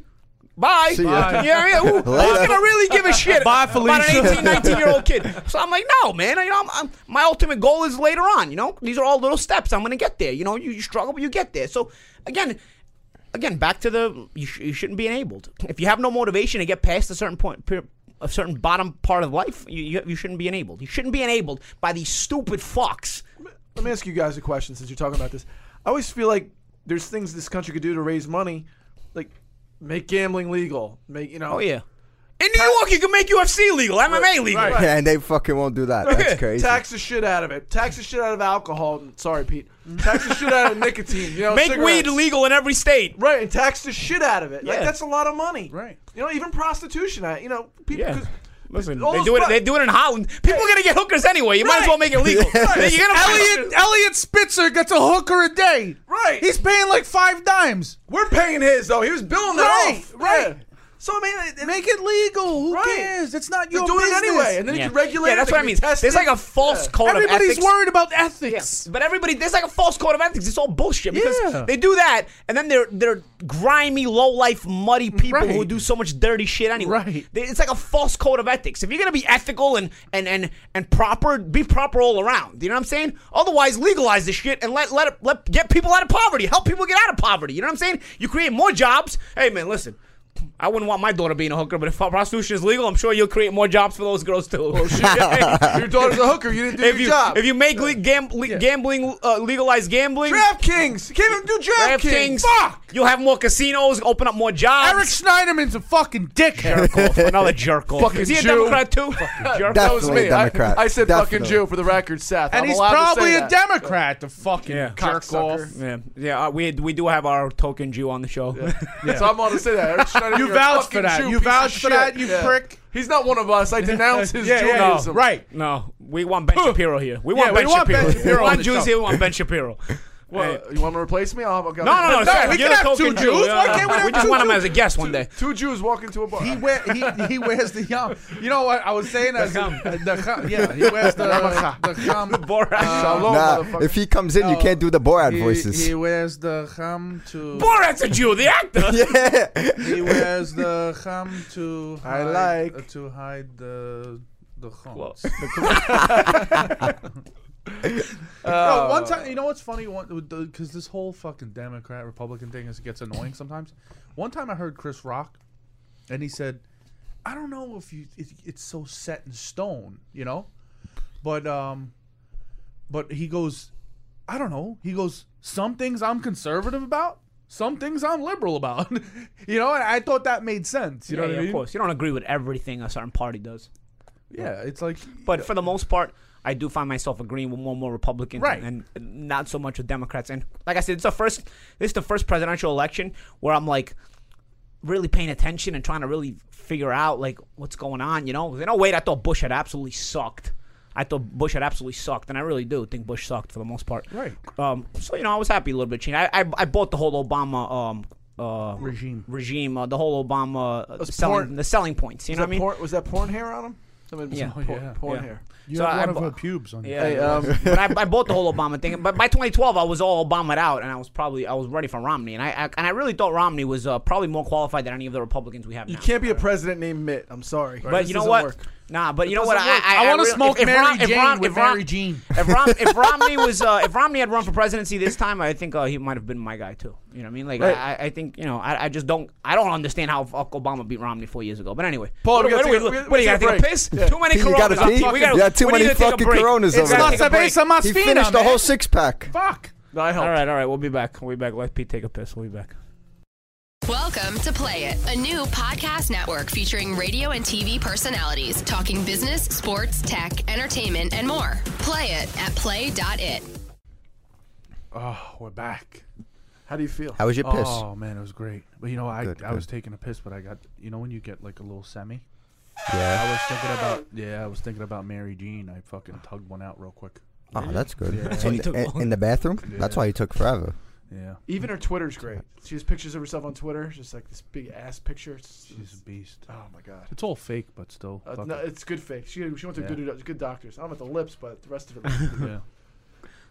bye. See ya. Bye. You know what I mean? Who- who's Later. gonna really give a shit Bye, about an Felicia. 18, 19 year old kid. So I'm like, no, man. You know, I'm, I'm, my ultimate goal is later on. You know, these are all little steps. I'm gonna get there. You know, you, you struggle, but you get there. So again, again, back to the you, sh- you shouldn't be enabled. If you have no motivation to get past a certain point. per- a certain bottom part of life, you, you, you shouldn't be enabled. You shouldn't be enabled by these stupid fucks. Let me ask you guys a question since you're talking about this. I always feel like there's things this country could do to raise money, like make gambling legal. Make you know. Oh yeah, in New York, you can make UFC legal, MMA [laughs] legal. Yeah, and they fucking won't do that. That's crazy. Tax the shit out of it. Tax the shit out of alcohol. Sorry, Pete. Tax the shit out [laughs] of nicotine. You know, Mm-hmm. Make cigarettes. weed legal in every state. Right, and tax the shit out of it. Like Yeah. that's a lot of money. Right. You know, even prostitution. I, you know, people. Yeah. 'cause- Listen, all they those do it. pro- They do it in Holland. People are gonna get hookers anyway. You might as Right. well make it legal. You're gonna Elliot Elliot Spitzer gets a hooker a day. Right. He's paying like five dimes. We're paying his though. He was billing Right, it off. right. Yeah. So I mean, it, Make it legal. Who Right. cares? It's not They're your doing business. it anyway, and then you can regulate. Yeah, it, that's they what I can mean. test There's it. like a false Yeah. code of Everybody's ethics. worried about ethics. But everybody, there's like a false code of ethics. It's all bullshit because Yeah. they do that, and then they're they're grimy, low life, muddy people who Right. do so much dirty shit anyway. Right. They- It's like a false code of ethics. If you're gonna be ethical and and and and proper, be proper all around. You know what I'm saying? Otherwise, legalize this shit and let let it, let get people out of poverty. Help people get out of poverty. You know what I'm saying? You create more jobs. Hey man, listen. I wouldn't want my daughter being a hooker, but if prostitution is legal, I'm sure you'll create more jobs for those [laughs] girls too. [laughs] Your daughter's a hooker. You didn't do if your you job. if you make le- gam- le- gambling uh, legalized gambling, DraftKings, you can't even do DraftKings. DraftKings, you'll have more casinos, open up more jobs. Eric Schneiderman's a fucking [laughs] dickhead. Jerkoff, another jerk off. Fucking Is he a Jew. Democrat too? Fucking [laughs] jerk That was Definitely me. a Democrat. I, I said fucking Definitely. Jew for the record, Seth. and I'm he's allowed to say probably a that. Democrat. The fucking Yeah. jerk off. Cocksucker. Yeah, yeah. uh, we we do have our token Jew on the show. So I'm allowed to say that. Eric Schneider, You you're a vouched for fucking that. Jew, You piece of vouched for that, shit. you prick. He's not one of us. [laughs] I denounce his Yeah, yeah, Judaism. no, right. [laughs] no, we want Ben Shapiro here. We Yeah, want, we ben, want Ben Shapiro. Shapiro We on want the Jews show. here. We want [laughs] Ben Shapiro. Well, you want to replace me? I'll, I'll no, no, no. No, sorry, we you're can the have two token Jew. Jews. Why Yeah, can't we we have just two want him Jews? as a guest one day. Two Jews walk into a bar. He wear he, he wears the yarmulke. You know what I was saying? As kham. the kham, yeah, he wears the the kham. Borat. Shalom, Nah, motherfucker. if he comes in, you can't do the Borat He, voices. he [laughs] wears the kham to. Borat's a [laughs] Jew, the actor. He wears the kham to. I hide- like- uh, to hide the the kham. [laughs] No, one time, you know what's funny? Because this whole fucking Democrat Republican thing is gets annoying sometimes. One time, I heard Chris Rock, and he said, "I don't know if you it, it's so set in stone, you know, but um, but he goes, I don't know. He goes, some things I'm conservative about, some things I'm liberal about, [laughs] you know. And I thought that made sense. You know yeah, what yeah, I mean? of course. You don't agree with everything a certain party does. Yeah, it's like, But for the most part, I do find myself agreeing with more and more Republicans Right. and and not so much with Democrats. And like I said, it's the first this is the first presidential election where I'm like really paying attention and trying to really figure out like what's going on, you know? There's no wait, I thought Bush had absolutely sucked. I thought Bush had absolutely sucked, and I really do think Bush sucked for the most part. Right. Um, so you know, I was happy a little bit. Ching. I, I I bought the whole Obama um uh Regime. regime uh, the whole Obama uh, That's selling porn. the selling points. You was, know what I that mean? porn, was that porn hair on him? Somebody with Yeah. some por- Oh, yeah. porn Yeah. hair. You So have I one of bu- her pubes on. Yeah, Hey, um, but I, I bought the whole Obama thing. But by 2012, I was all Obama'd out, and I was probably I was ready for Romney, and I, I and I really thought Romney was uh, probably more qualified than any of the Republicans we have You now. can't be a president named Mitt. I'm sorry. But This you know doesn't what? work. Nah, but you know what? doesn't I, work. I, I wanna really- smoke if, if Mary Rom- if Jane Rom- with if Rom- Mary Jean. If, Rom- if Romney was, uh, if Romney had run for presidency this time, I think uh, he might have been my guy too. You know what I mean? Like Right. I, I- I think you know, I, I just don't, I don't understand how fuck Obama beat Romney four years ago. But anyway, Paul, we what, gotta what, take a- we what, gotta what do you take a gotta take a break. piss? Yeah. Too many You gotta coronas. I'm pee? talking- we gotta- Yeah, too we need many to take a fucking break. Coronas It's over not there. take a break. Cerveza más He fina, finished the man. whole six pack. Fuck. No, I helped. All right, all right, we'll be back. We'll be back. Let Pete take a piss. We'll be back. Welcome to Play It, a new podcast network featuring radio and TV personalities talking business, sports, tech, entertainment, and more. Play it at play.it. Oh, we're back. How do you feel? How was your piss? Oh man, it was great. But you know, I Good, I was good. taking a piss, but I got you know when you get like a little semi. I Yeah. was thinking about yeah, I was thinking about Mary Jean. I fucking tugged one out real quick. Oh, that's good. why In, he took in- long. in the bathroom? That's why he took forever. Yeah, Even her Twitter's great. She has pictures of herself on Twitter, just like this big ass picture. It's- she's a beast. oh my god. It's all fake, but still. Uh, fuck no, it. it's good fake. She, she went to Yeah. good, good doctors. I'm at the lips, but the rest of it. [laughs] yeah,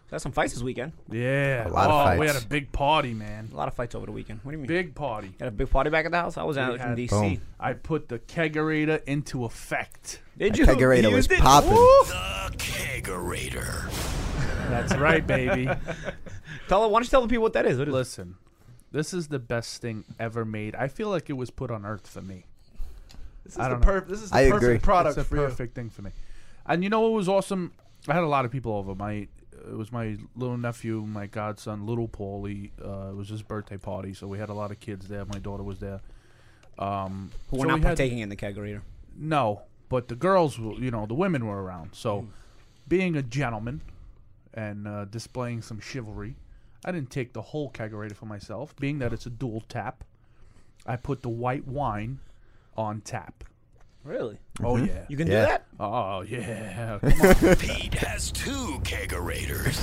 That's some fights this weekend. yeah. A lot of oh, we had fights. a big party, man. A lot of fights over the weekend. What do you mean? Big party. Got a big party back at the house. I was out We in had- DC. Boom. I put the kegerator into effect. Did you? Kegerator You was did- popping. The Kegerator. That's right, [laughs] baby. Tell, why don't you tell the people what that is? What is Listen, this is the best thing ever made. I feel like it was put on earth for me. This is I the don't know. perfect. This is the I perfect agree. product It's a for you. perfect thing for me. And you know what was awesome? I had a lot of people over. My uh, it was my little nephew, my godson, little Paulie. Uh, it was his birthday party, so we had a lot of kids there. My daughter was there. Um, We're so not we had- partaking in the kegerator. No, but the girls, were, you know, the women were around. So, Hmm. being a gentleman and uh, displaying some chivalry, I didn't take the whole kegerator for myself. Being that it's a dual tap, I put the white wine on tap. Really? Oh Mm-hmm. yeah. You can Yeah. do that? [laughs] oh yeah. Pete has two [laughs] Kegerators.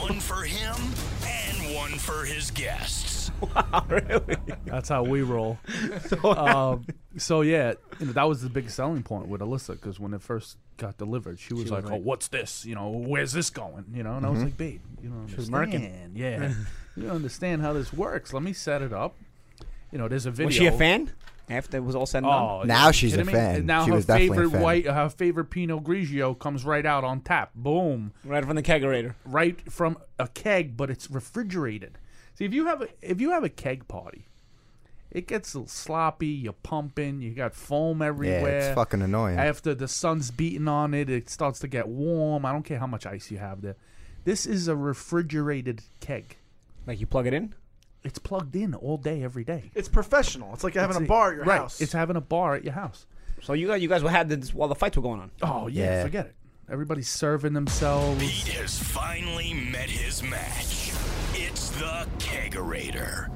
One for him and one for his guests. That's how [laughs] we roll. so, um, so yeah, you know, that was the big selling point with Alyssa because when it first got delivered, she was, like, "Oh, what's this? You know, where's this going? You know?" And Mm-hmm. I was like, "Babe, you don't was Merkin. [laughs] understand. Yeah, you don't understand how this works. Let me set it up. You know, there's a video. Was she a fan? After it was all said and done? Oh, Now you she's a kidding me? fan. And Now She her was definitely a favorite fan. white, her favorite Pinot Grigio comes right out on tap. Boom, Right from the kegerator. right from a keg, but it's refrigerated. See, if you have a, if you have a keg party, it gets a little sloppy. You're pumping. You got foam Yeah, everywhere. it's fucking annoying. After the sun's beating on it, it starts to get warm. I don't care how much ice you have there. This is a refrigerated keg. Like you plug it in? It's plugged in all day, every day. It's professional. It's like having It's a bar at your right, house. It's having a bar at your house. So you guys, you guys were had this while the fights were going on. Oh yeah, Yeah. forget it. Everybody's serving themselves. Pete has finally met his match. It's the Kegerator.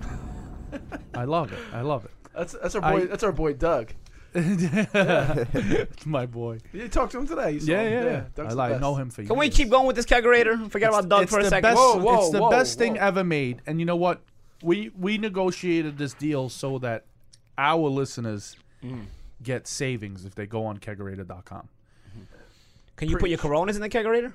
I love it. I love it. that's, that's our boy. I- that's our boy Doug. [laughs] It's [laughs] my boy. You talked to him today. You saw Yeah, him. yeah. yeah. Doug's I, the like, best. know him for years. Can we keep going with this kegerator? Forget about Doug for a the second. Best, Whoa, whoa, it's the whoa, best thing whoa. ever made. And you know what? We we negotiated this deal so that our listeners Mm. get savings if they go on kegerator.com. Can you put your coronas in the kegerator?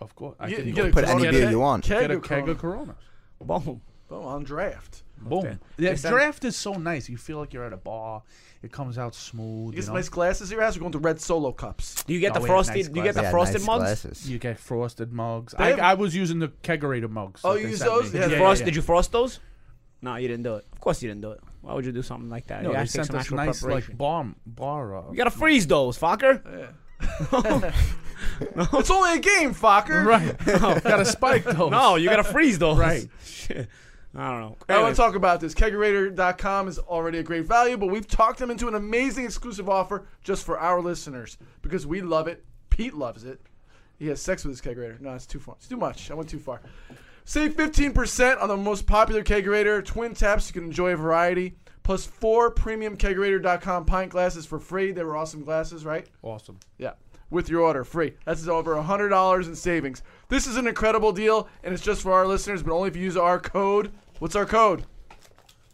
Of course. I You- can you go get a Put any Corona beer keg- you want. Keg get a of keg Corona. of Coronas. Boom. Boom, on draft. Boom. there. Yeah, They send- draft is so nice. You feel like you're at a bar. It comes out smooth. You You, get some know? nice glasses in your ass. We're going to red solo cups. Do you get No, the we had nice frosted? do you glasses. get the Yeah, nice frosted mugs? glasses. you get frosted mugs. They I, have- I was using the kegerator mugs. Oh, that you they use sent those? me. Yeah, Did, yeah, you frost, did you frost those? No, you didn't do it. Of course you didn't do it. Why would you do something like that? No, you they gotta take sent some us actual nice preparation. like bomb bar. Uh, you gotta freeze those, fucker. it's only a game, Fokker. Right. Oh, [laughs] gotta spike those. No, you gotta freeze [laughs] those. Right. Shit. I don't know. I want Anyway, to talk about this. Kegerator.com is already a great value, but we've talked them into an amazing exclusive offer just for our listeners because we love it. Pete loves it. He has sex with his kegerator. No, it's too far. It's too much. I went too far. Save 15% on the most popular kegerator, twin taps. You can enjoy a variety. Plus four premium kegerator.com pint glasses for free. They were awesome glasses, right? Awesome. Yeah. With your order, free. That's over $100 in savings. This is an incredible deal, and it's just for our listeners, but only if you use our code. What's our code?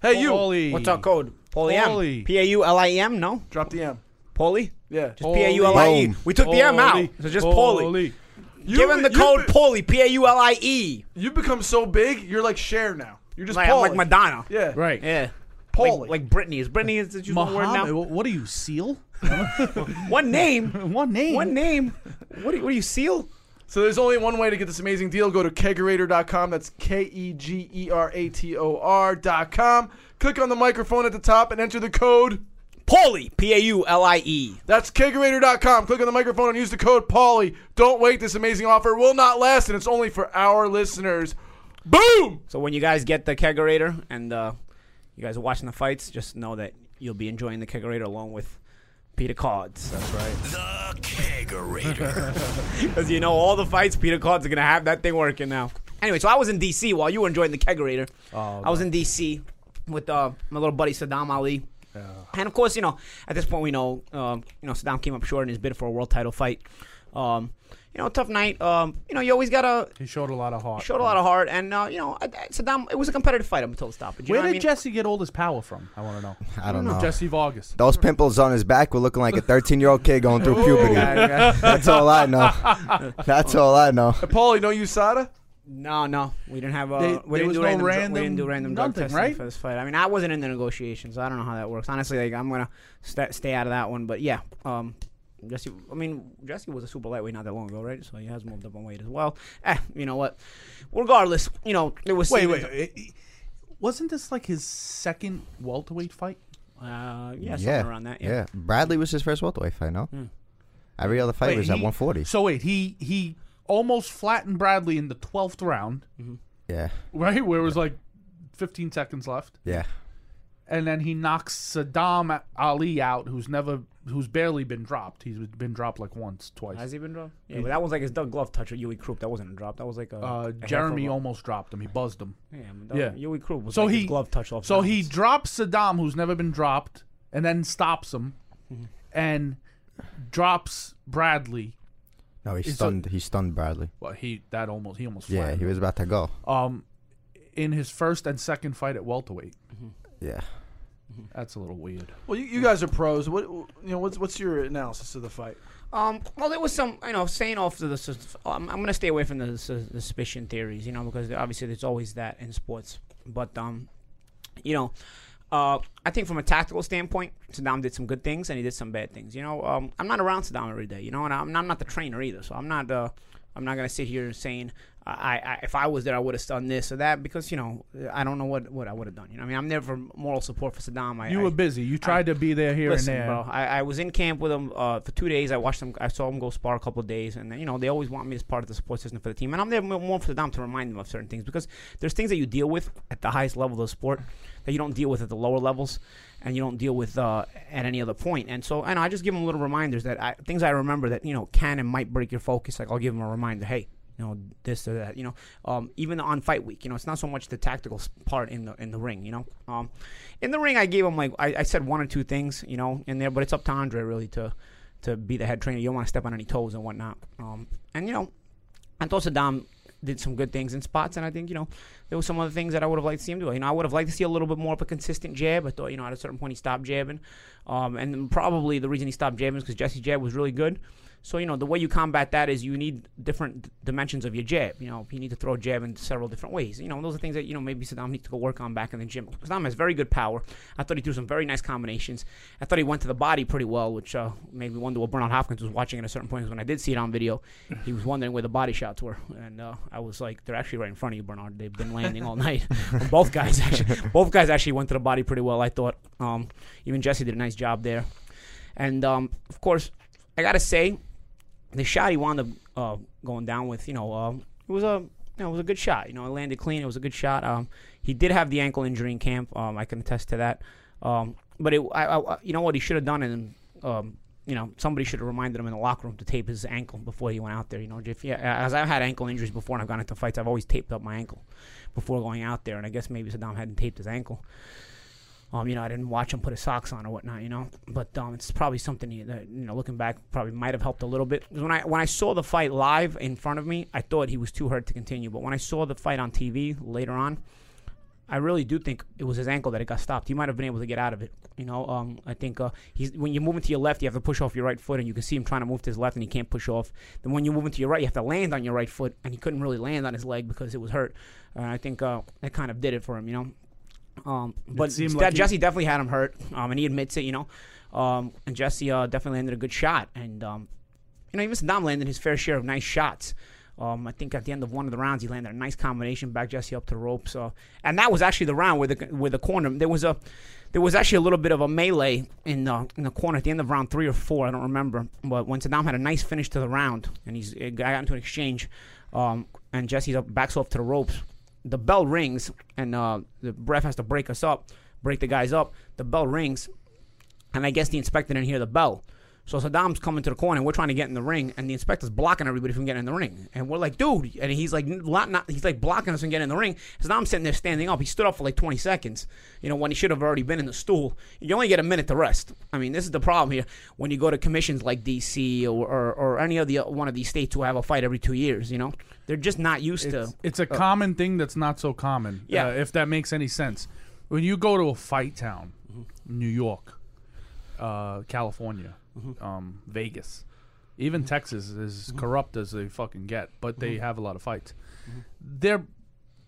Hey, you. Paulie. what's our code? Paulie Paulie. M. P A U L I M. No. Drop the M. Paulie? Yeah. Just P A U L I E. Boom. We took the M out. Paulie. So just Paulie. Paulie. Give him the you- code Paulie. P A U L I E. You become so big, you're like Cher now. You're just Like, I'm Paulie. like Madonna. Yeah. Right. Yeah. Paulie. Like, like Britney. Is Britney is that you word Muhammad, now? wh- what are you, SEAL? [laughs] One [laughs] name. One name. One name. What do you, what do you seal? So there's only one way to get this amazing deal. Go to kegerator.com. That's K E G E R A T O R.com. Click on the microphone at the top and enter the code. Paulie. P A U L I E. That's kegerator.com. Click on the microphone and use the code Pauly. Don't wait. This amazing offer will not last, and it's only for our listeners. Boom! So when you guys get the kegerator and uh, you guys are watching the fights, just know that you'll be enjoying the kegerator along with Peter Cards. That's right. The Kegerator. Because you know all the fights, Peter Cards are gonna have that thing working now. Anyway, so I was in DC while you were enjoying the kegerator. Oh, I was in DC with uh, my little buddy Saddam Ali. And of course, you know, at this point we know, um, you know, Saddam came up short in his bid for a world title fight. Um, you know, tough night. Um, you know, you always gotta He showed a lot of heart. showed a lot of heart, and uh, you know, I, I- Saddam. It was a competitive fight up until the stoppage. You Where know what did I mean? Jesse get all his power from? I want to know. I don't know. Jesse Vargas. Those pimples on his back were looking like a 13 year old kid going through puberty. That's all I know. That's all I know. Paulie, no USADA? No, no, we didn't have. Uh, They- we, there didn't was do no random, dr- we random didn't do random drug nothing, testing right? for this fight. I mean, I wasn't in the negotiations, so I don't know how that works. Honestly, like I'm gonna sta stay out of that one. But yeah, um, Jesse. I mean, Jesse was a super lightweight not that long ago, right? So he has moved up on weight as well. Eh, you know what? Regardless, you know there was. Wait, Stevens- wait. eh, eh, Wasn't this like his second welterweight fight? Uh, yeah, something Yeah. around that. yeah. Yeah. Bradley was his first welterweight fight, no? Every other fight Wait, was at he- 140. So wait, he he almost flattened Bradley in the twelfth round, yeah. right? Where it was like fifteen seconds left, Yeah. and then he knocks Saddam Ali out, who's never, who's barely been dropped. He's been dropped like once, twice. Has he been dropped? Yeah, but that was like his Doug Glove touch or Yui Krupp. That wasn't a drop. That was like a. uh, a half Jeremy of a- almost dropped him. He buzzed him. Yeah, yeah. yeah. Yui Krupp was So like his he- glove touch off. So he balance. drops Saddam, who's never been dropped, and then stops him, Mm-hmm. and drops Bradley. No, he so- stunned. he stunned Bradley. Well, he that almost he almost Yeah, flattened he was about to go. um in his first and second fight at welterweight. Yeah. That's a little weird. Well, you, you guys are pros. What you know? What's what's your analysis of the fight? Um, well, there was some, you know, saying off to the. sus- Um, I'm going to stay away from the sus- suspicion theories, you know, because obviously there's always that in sports. But, um, you know, uh, I think from a tactical standpoint, Saddam did some good things and he did some bad things. You know, um, I'm not around Saddam every day, you know, and I'm, I'm not the trainer either, so I'm not. Uh, I'm not gonna sit here saying uh, I, I if I was there I would have done this or that because you know I don't know what, what I would have done. You know, I mean I'm there for moral support for Saddam. I, You I, were busy. You tried to be there here Listen, and there. bro. I, I was in camp with them uh, for two days. I watched them. I saw them go spar a couple of days, and you know they always want me as part of the support system for the team. And I'm there mo- more for them to remind them of certain things because there's things that you deal with at the highest level of the sport that you don't deal with at the lower levels, and you don't deal with uh, at any other point. And so, and I just give them little reminders that I, things I remember that you know can and might break your focus. Like I'll give them a reminder, hey, you know this or that you know um, even on fight week you know it's not so much the tactical s- part in the in the ring you know um, in the ring i gave him like I, I said one or two things you know in there but it's up to andre really to to be the head trainer you don't want to step on any toes and whatnot um, and you know I thought Saddam did some good things in spots, and I think you know there were some other things that I would have liked to see him do. You know, I would have liked to see a little bit more of a consistent jab. I thought you know at a certain point he stopped jabbing, um, and then probably the reason he stopped jabbing is because Jesse's jab was really good. So you know the way you combat that is you need different d- dimensions of your jab. You know you need to throw a jab in several different ways. You know those are things that you know maybe Saddam needs to go work on back in the gym. Saddam has very good power. I thought he threw some very nice combinations. I thought he went to the body pretty well, which uh, made me wonder what Bernard Hopkins was watching at a certain point. 'cause When I did see it on video, he was wondering where the body shots were, and uh, I was like, "They're actually right in front of you, Bernard. They've been landing all night." both guys actually, both guys actually went to the body pretty well. I thought. Um, even Jesse did a nice job there, and um, of course, I gotta say, the shot he wound up uh, going down with, you know, uh, it was a you know, it was a good shot. You know, it landed clean. It was a good shot. Um, he did have the ankle injury in camp. Um, I can attest to that. Um, but it, I, I, you know what he should have done, and um, you know, somebody should have reminded him in the locker room to tape his ankle before he went out there. You know, if, yeah, as I've had ankle injuries before and I've gone into fights, I've always taped up my ankle before going out there. And I guess maybe Saddam hadn't taped his ankle. Um, you know, I didn't watch him put his socks on or whatnot, you know. But um, it's probably something he- that you know, looking back, probably might have helped a little bit. 'Cause When I when I saw the fight live in front of me, I thought he was too hurt to continue. But when I saw the fight on TV later on, I really do think it was his ankle that it got stopped. He might have been able to get out of it. You know, um, I think uh, he's when you move into your left, you have to push off your right foot, and you can see him trying to move to his left, and he can't push off. Then when you move into your right, you have to land on your right foot, and he couldn't really land on his leg because it was hurt. Uh, I think uh, that kind of did it for him. You know, um, but seemed that like he- Jesse definitely had him hurt, um, and he admits it, you know. Um, and Jesse uh, definitely landed a good shot, and um, you know, even Saddam landed his fair share of nice shots. Um, I think at the end of one of the rounds, he landed a nice combination, back Jesse up to the ropes, uh, and that was actually the round where the where the corner there was a there was actually a little bit of a melee in uh, in the corner at the end of round three or four, I don't remember. But when Saddam had a nice finish to the round, and he's I got into an exchange, um, and Jesse's up, backs off to the ropes, the bell rings and uh, the ref has to break us up, break the guys up. The bell rings, and I guess the inspector didn't hear the bell. So Saddam's coming to the corner, and we're trying to get in the ring, and the inspector's blocking everybody from getting in the ring. And we're like, dude, and he's like, not, not, he's like blocking us from getting in the ring. Saddam's sitting there standing up. He stood up for like 20 seconds, you know, when he should have already been in the stool. You only get a minute to rest. I mean, this is the problem here when you go to commissions like DC or, or, or any of the uh, one of these states who have a fight every two years. You know, they're just not used to. It's a common thing that's not so common. Oh. Yeah. uh, if that makes any sense. When you go to a fight town, Mm-hmm. New York, uh, California, Mm-hmm. um, Vegas, even Texas is as corrupt as they fucking get, but Mm-hmm. they have a lot of fights. They're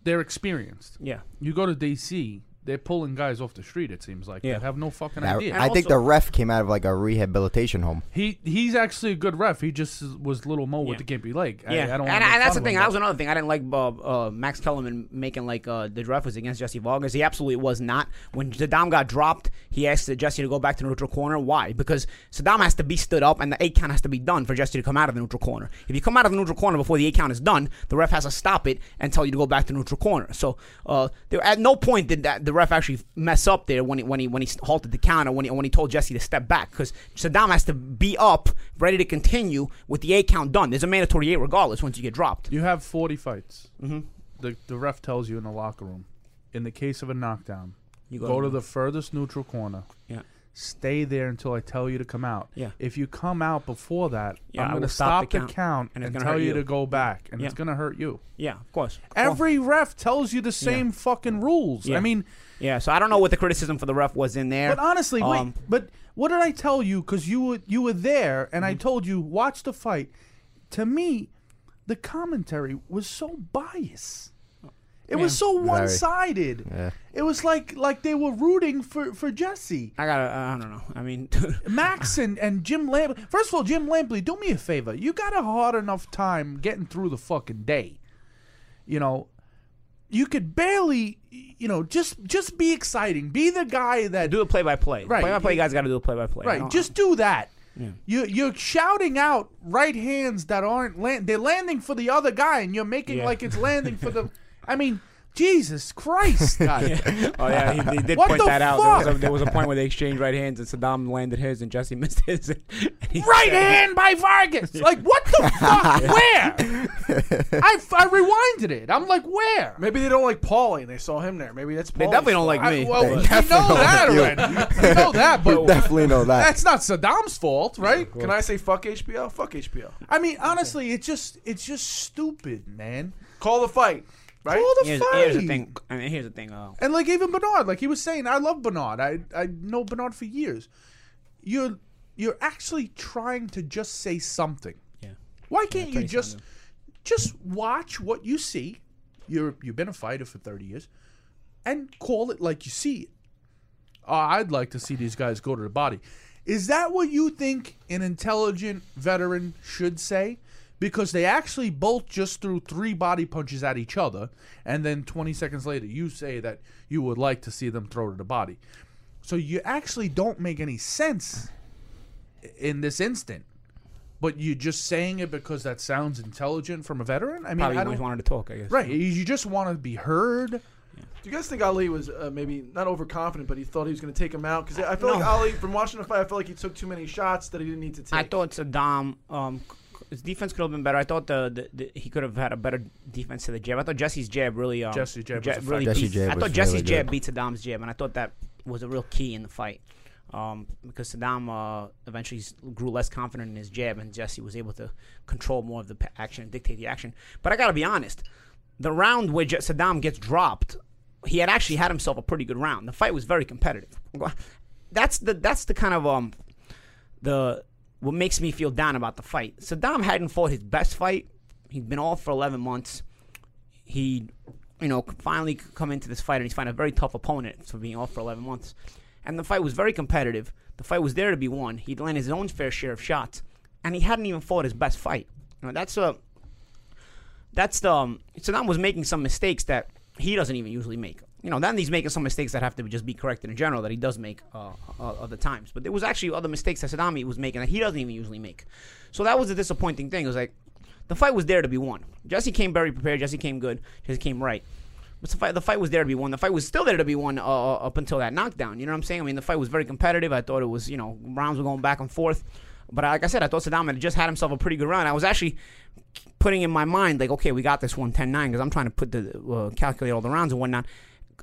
they're experienced. Yeah. You go to DC, they're pulling guys off the street. It seems like Yeah. they have no fucking I, idea. I think the ref came out of like a rehabilitation home. He he's actually a good ref. He just is- was little Mo with the Yeah. gimpy leg. I, Yeah, I don't. wanna and, make and that's the fun of him, thing. That but- was another thing. I didn't like Bob, uh, Max Kellerman making like uh, the ref was against Jesse Vargas. He absolutely was not. When Saddam got dropped, he asked Jesse to go back to the neutral corner. Why? Because Saddam has to be stood up, and the eight count has to be done for Jesse to come out of the neutral corner. If you come out of the neutral corner before the eight count is done, the ref has to stop it and tell you to go back to neutral corner. So uh, there, at no point did that, the ref actually mess up there when he when he when he halted the count or when he, when he told Jesse to step back because Saddam has to be up, ready to continue with the eight count done. There's a mandatory eight regardless once you get dropped. You have 40 fights. Mm-hmm. The, the ref tells you in the locker room, in the case of a knockdown, You go, to the furthest neutral corner. Yeah. Stay there until I tell you to come out. Yeah. If you come out before that, Yeah, I I'm going will to stop stop, the the count, count, and and, it's gonna tell hurt you you. to go back, and it's Yeah. going to hurt you. Yeah, of course. Every ref tells you the same fucking rules. Yeah. I mean, yeah, so I don't know what the criticism for the ref was in there. but honestly, Um, wait. But what did I tell you? Because you were you were there, and I Mm-hmm. told you watch the fight. To me, the commentary was so biased. It was so one sided. It was like like they were rooting for for Jesse. I gotta. uh, I don't know. I mean, [laughs] Max [sighs] and, and Jim Lampley. First of all, Jim Lampley, do me a favor. You got a hard enough time getting through the fucking day. You know, you could barely, you know, just just be exciting. Be the guy that do a play by play. Right. Play by play guys got to do a play by play. Right, just do that. You you're shouting out right hands that aren't land. They're landing for the other guy, and you're making Yeah. like it's landing for the. I mean, Jesus Christ! [laughs] Oh yeah, he, he did What point the that out. There was, a, fuck? there was a point where they exchanged right hands, and Saddam landed his, and Jesse [laughs] missed his. And he Right said- hand by Vargas. Like what the fuck? Where? I, f- I rewinded it. I'm like, where? Maybe they don't like Paulie and they saw him there. Maybe that's Paulie. They definitely don't like I, me. well, we know Definitely that you. already. We know that, [laughs] but Definitely know that. [laughs] that's not Saddam's fault, right? Can I say fuck HBO? Fuck HBO. I mean, honestly, it's just it's just stupid, man. Call the fight. Right? Call the [laughs] here's, fight. here's the thing. I mean, here's the thing. Uh, And like even Bernard, like he was saying, I love Bernard. I I know Bernard for years. You're you're actually trying to just say something. yeah. Why can't you just just watch what you see? You're you've been a fighter for thirty years, and call it like you see it. Uh, I'd like to see these guys go to the body. Is that what you think an intelligent veteran should say? Because they actually both just threw three body punches at each other, and then 20 seconds later, you say that you would like to see them throw to the body. So you actually don't make any sense i- in this instant. But you're just saying it because that sounds intelligent from a veteran. I mean, Probably I always don't. wanted to talk. I guess. Right, you- you just want to be heard. Do you guys think Ali was uh, maybe not overconfident, but he thought he was going to take him out? Because I feel like No. Ali, from watching the fight, I feel like he took too many shots that he didn't need to take. I thought Saddam, um, c- his defense could have been better. I thought the, the, the he could have had a better defense to the jab. I thought Jesse's jab really, um, Jesse's jab was effective. really Jesse's beat. jab I was thought Jesse's really jab good. beat Saddam's jab, and I thought that was a real key in the fight. Um, because Saddam uh, eventually s- grew less confident in his jab, and Jesse was able to control more of the pa- action and dictate the action. But I got to be honest, the round where Je- Saddam gets dropped, he had actually had himself a pretty good round. The fight was very competitive. That's the that's the kind of um the what makes me feel down about the fight. Saddam hadn't fought his best fight. He'd been off for 11 months. He, you know, finally c- come into this fight and he's fighting a very tough opponent for being off for 11 months. And the fight was very competitive. The fight was there to be won. He'd landed his own fair share of shots, and he hadn't even fought his best fight. You know, that's a that's the um, Saddam was making some mistakes that he doesn't even usually make. You know, then he's making some mistakes that have to be just be corrected in general that he does make uh, uh, other times. But there was actually other mistakes that Saddam was making that he doesn't even usually make. So that was the disappointing thing. It was like the fight was there to be won. Jesse came very prepared. Jesse came good. Jesse came right. But the fight, the fight was there to be won. The fight was still there to be won uh, uh, up until that knockdown. You know what I'm saying? I mean, the fight was very competitive. I thought it was, you know, rounds were going back and forth. But like I said, I thought Saddam had just had himself a pretty good round. I was actually putting in my mind, like, okay, we got this one 10 9 because I'm trying to put the uh, calculate all the rounds and whatnot.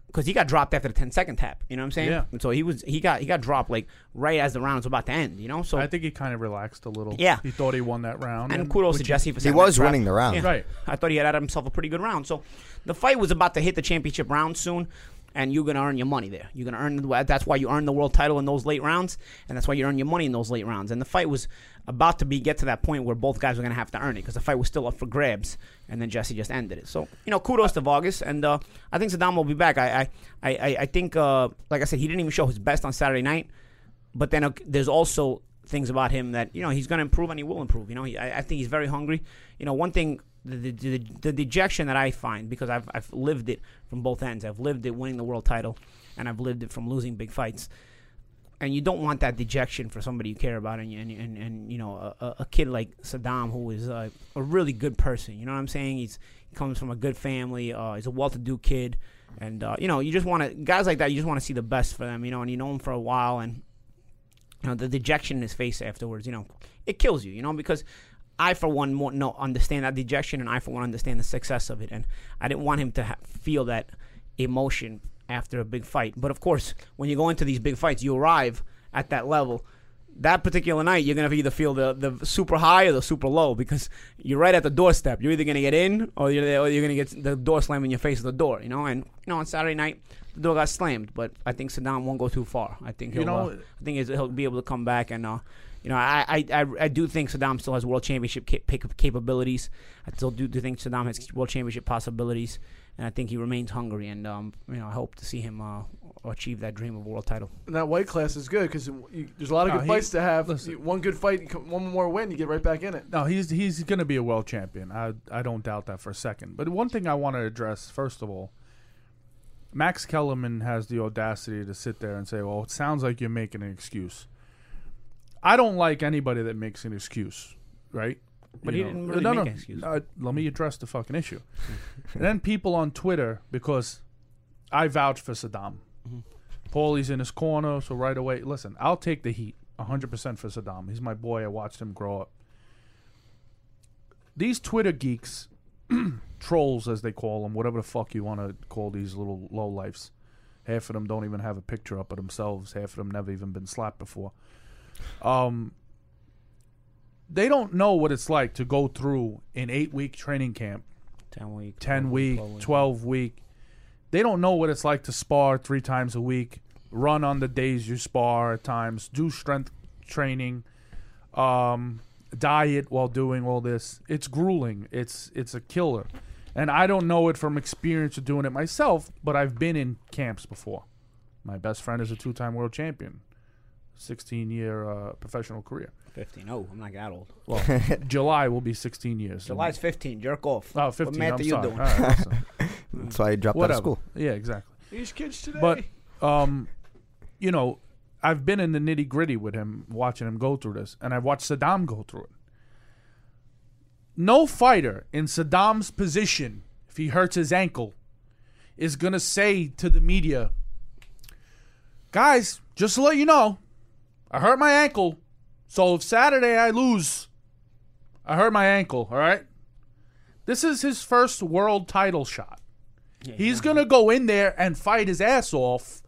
Because he got dropped after the 10 second tap. You know what I'm saying? Yeah. And so he was he got he got dropped like right as the round was about to end. You know? So I think he kind of relaxed a little. Yeah. he thought he won that round. and kudos to Jesse for He saying was winning the round. Right. I thought he had had himself a pretty good round. So the fight was about to hit the championship round soon, and you're gonna earn your money there. You're gonna earn. That's why you earn the world title in those late rounds, and that's why you earn your money in those late rounds. And the fight was about to be get to that point where both guys were gonna have to earn it because the fight was still up for grabs, and then Jesse just ended it. So you know, kudos to Vargas, and uh, I think Saddam will be back. I I I, I- I think uh, like I said, he didn't even show his best on Saturday night but then uh, there's also things about him that you know he's going to improve and he will improve. You know, he, I, I think he's very hungry. You know, one thing the, the, the, the dejection that I find because I've I've lived it from both ends. I've lived it winning the world title, and I've lived it from losing big fights. And you don't want that dejection for somebody you care about, and you- and and, and you know a- a, a kid like Saddam, who is uh, a really good person. You know what I'm saying? He's he comes from a good family. Uh, he's a well-to-do kid, and uh, you know you just want to guys like that. You just want to see the best for them. You know, and you know him for a while, and you know, the dejection in his face afterwards, you know, it kills you, you know, because I, for one, more, no, understand that dejection and I, for one, understand the success of it. And I didn't want him to ha- feel that emotion after a big fight. But of course, when you go into these big fights, you arrive at that level. That particular night, you're going to either feel the, the super high or the super low because you're right at the doorstep. You're either going to get in or you're, or you're going to get the door slammed in your face at the door, you know. And, you know, on Saturday night, the door got slammed, but I think Saddam won't go too far. I think You he'll, know- uh, I think he's- he'll be able to come back and. Uh, you know, I, I, I, I do think Saddam still has world championship cap- pick- capabilities. I still do, do think Saddam has world championship possibilities, and I think he remains hungry. And um, you know, I hope to see him uh, achieve that dream of world title. And that weight class is good because there's a lot of No, good he- fights to have. listen. You- one good fight, you co- one more win, you get right back in it. No, he's he's going to be a world champion. I I don't doubt that for a second. But one thing I want to address first of all, Max Kellerman has the audacity to sit there and say, "Well, it sounds like you're making an excuse." I don't like anybody that makes an excuse, right? But he didn't really no, make no, an excuse. no, let me address the fucking [laughs] issue. and then people on Twitter because I vouch for Saddam. Mm-hmm. Paulie's in his corner, so right away, listen, I'll take the heat 100% for Saddam. He's my boy. I watched him grow up. These Twitter geeks, [clears throat] trolls as they call them, whatever the fuck you want to call these little low lifes. Half of them don't even have a picture up of themselves. Half of them never even been slapped before. Um, they don't know what it's like to go through an eight week training camp Ten week, 10 week, 12 week. They don't know what it's like to spar three times a week, run on the days you spar at times, do strength training, um, diet while doing all this. It's grueling. It's it's a killer. And I don't know it from experience of doing it myself, but I've been in camps before. My best friend is a two-time world champion, 16-year uh, professional career. fifteen. Oh, I'm not [laughs] that old. Well, July will be 16 years. July's fifteen. [laughs] Jerk off. Oh, 15. What math I'm are you sorry. doing? All right, [laughs] listen. That's why he dropped out Whatever. of school. Yeah, exactly. These kids today. But um, you know, I've been in the nitty gritty with him, watching him go through this, and I've watched Saddam go through it. No fighter in Saddam's position, if he hurts his ankle, is gonna say to the media, "Guys, just to let you know, I hurt my ankle. So if Saturday I lose, I hurt my ankle. All right." This is his first world title shot. He's going to go in there and fight his ass off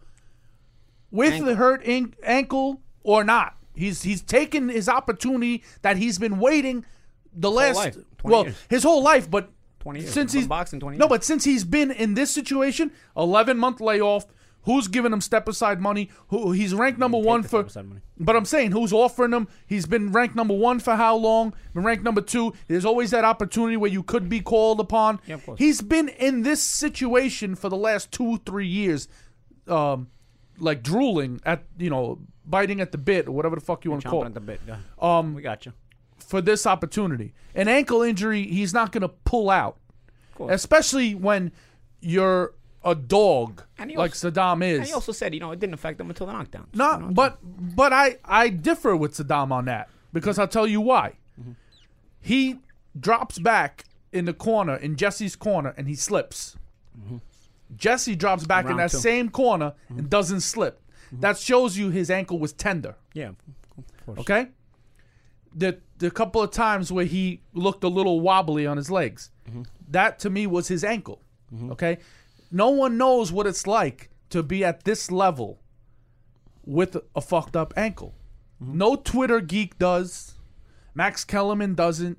with the hurt in- ankle or not. He's he's taken his opportunity that he's been waiting the last life, 20 well years. his whole life but twenty years. since From he's boxing twenty. No, years. but since he's been in this situation, eleven month layoff. Who's giving him step aside money? Who he's ranked number one the for? step aside money. But I'm saying who's offering him? He's been ranked number one for how long? Been ranked number two. There's always that opportunity where you could be called upon. of course. He's been in this situation for the last two, three years, um, like drooling at you know biting at the bit or whatever the fuck you want to call chomping it at the bit. Yeah. Um, we got you. for this opportunity. An ankle injury, he's not going to pull out, especially when you're a dog And he like also- Saddam And he is. also said, you know, it didn't affect him until the knockdown. Not, but but I I differ with Saddam on that because I'll tell you why. He drops back in the corner in Jesse's corner and he slips. Jesse drops back in Round that two. same corner and doesn't slip. That shows you his ankle was tender. Yeah. Of course. Okay. The the couple of times where he looked a little wobbly on his legs, that to me was his ankle. Okay. No one knows what it's like to be at this level with a fucked up ankle. No Twitter geek does. Max Kellerman doesn't.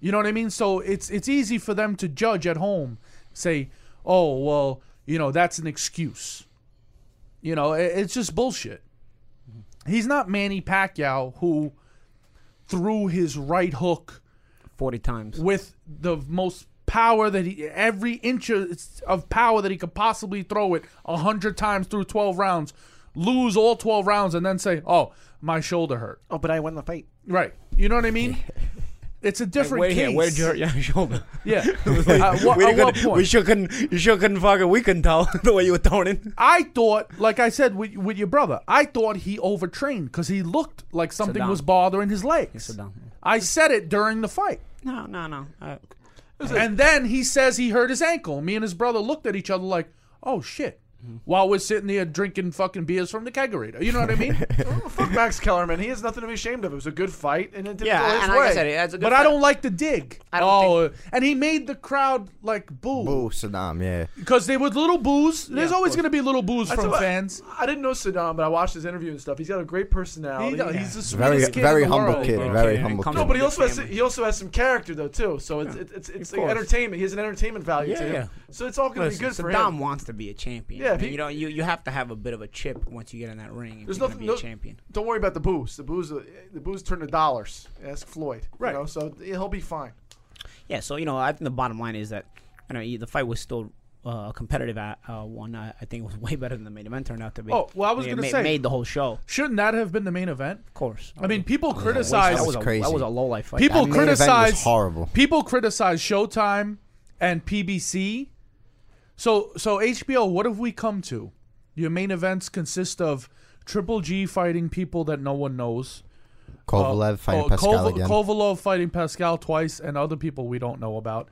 You know what I mean? So it's it's easy for them to judge at home, say, "Oh, well, you know, that's an excuse." You know, it, it's just bullshit. He's not Manny Pacquiao who threw his right hook Forty times. with the most power that he every inch of power that he could possibly throw it a hundred times through twelve rounds, lose all twelve rounds, and then say, "Oh, my shoulder hurt." Oh, but I won the [laughs] fight. Right? You know what I [laughs] mean? It's a different Where, case. [laughs] yeah, where'd you hurt your shoulder? [laughs] Yeah. [laughs] At what- we, at what couldn't- we point? sure couldn't. You sure couldn't fucking. We couldn't tell the way you were throwing it. I thought, like I said with, with your brother, I thought he overtrained because he looked like something Saddam. was bothering his legs. Saddam. I said it during the fight. No, no, no. Uh, And then he says he hurt his ankle. Me and his brother looked at each other like, oh shit. While we're sitting there drinking fucking beers from the kegerator. You know what I mean? Well, Oh, fuck Max Kellerman. He has nothing to be ashamed of. It was a good fight, and it didn't [laughs] yeah, go his and way. like I said, that's a good but I don't like the dig. I don't oh, and he made the crowd like boo. Boo, Saddam, yeah. Because they were little boos. There's of always course. going to be little boos That's from what- fans. I didn't know Saddam, but I watched his interview and stuff. He's got a great Oh, He- personality. He's the sweetest Very, kid very in the humble world. kid. bro. Very Yeah, humble come kid. on. No, but he Good also has family. he also has some character though too. So it's it's it's, it's Of like course. entertainment. He has an entertainment value to Yeah, him. yeah. So it's all gonna Listen, be good for Saddam him. wants to be a champion. Yeah, Yeah, if he- you know, you you have to have a bit of a chip once you get in that ring. If There's you're nothing. gonna be no- a champion. Don't worry about the booze. The booze. uh, The booze turned to dollars. Ask Floyd. Right. You know, so he'll be fine. Yeah, so you know, I think the bottom line is that you know you- the fight was still uh, a competitive uh, uh, one. I, I think it was [laughs] way better than the main event turned out to be. Oh, well, I was It gonna ma- say- made the whole show. Shouldn't that have been the main event? Of course. I mean, people that criticize. was, a, crazy. that was a low life fight. people That main event was criticize horrible. People criticize Showtime and PBC. So so HBO, what have we come to? Your main events consist of Triple G fighting people that no one knows. Kovalev fighting Oh, Pascal Kov- again. Kovalov fighting Pascal twice, and other people we don't know about.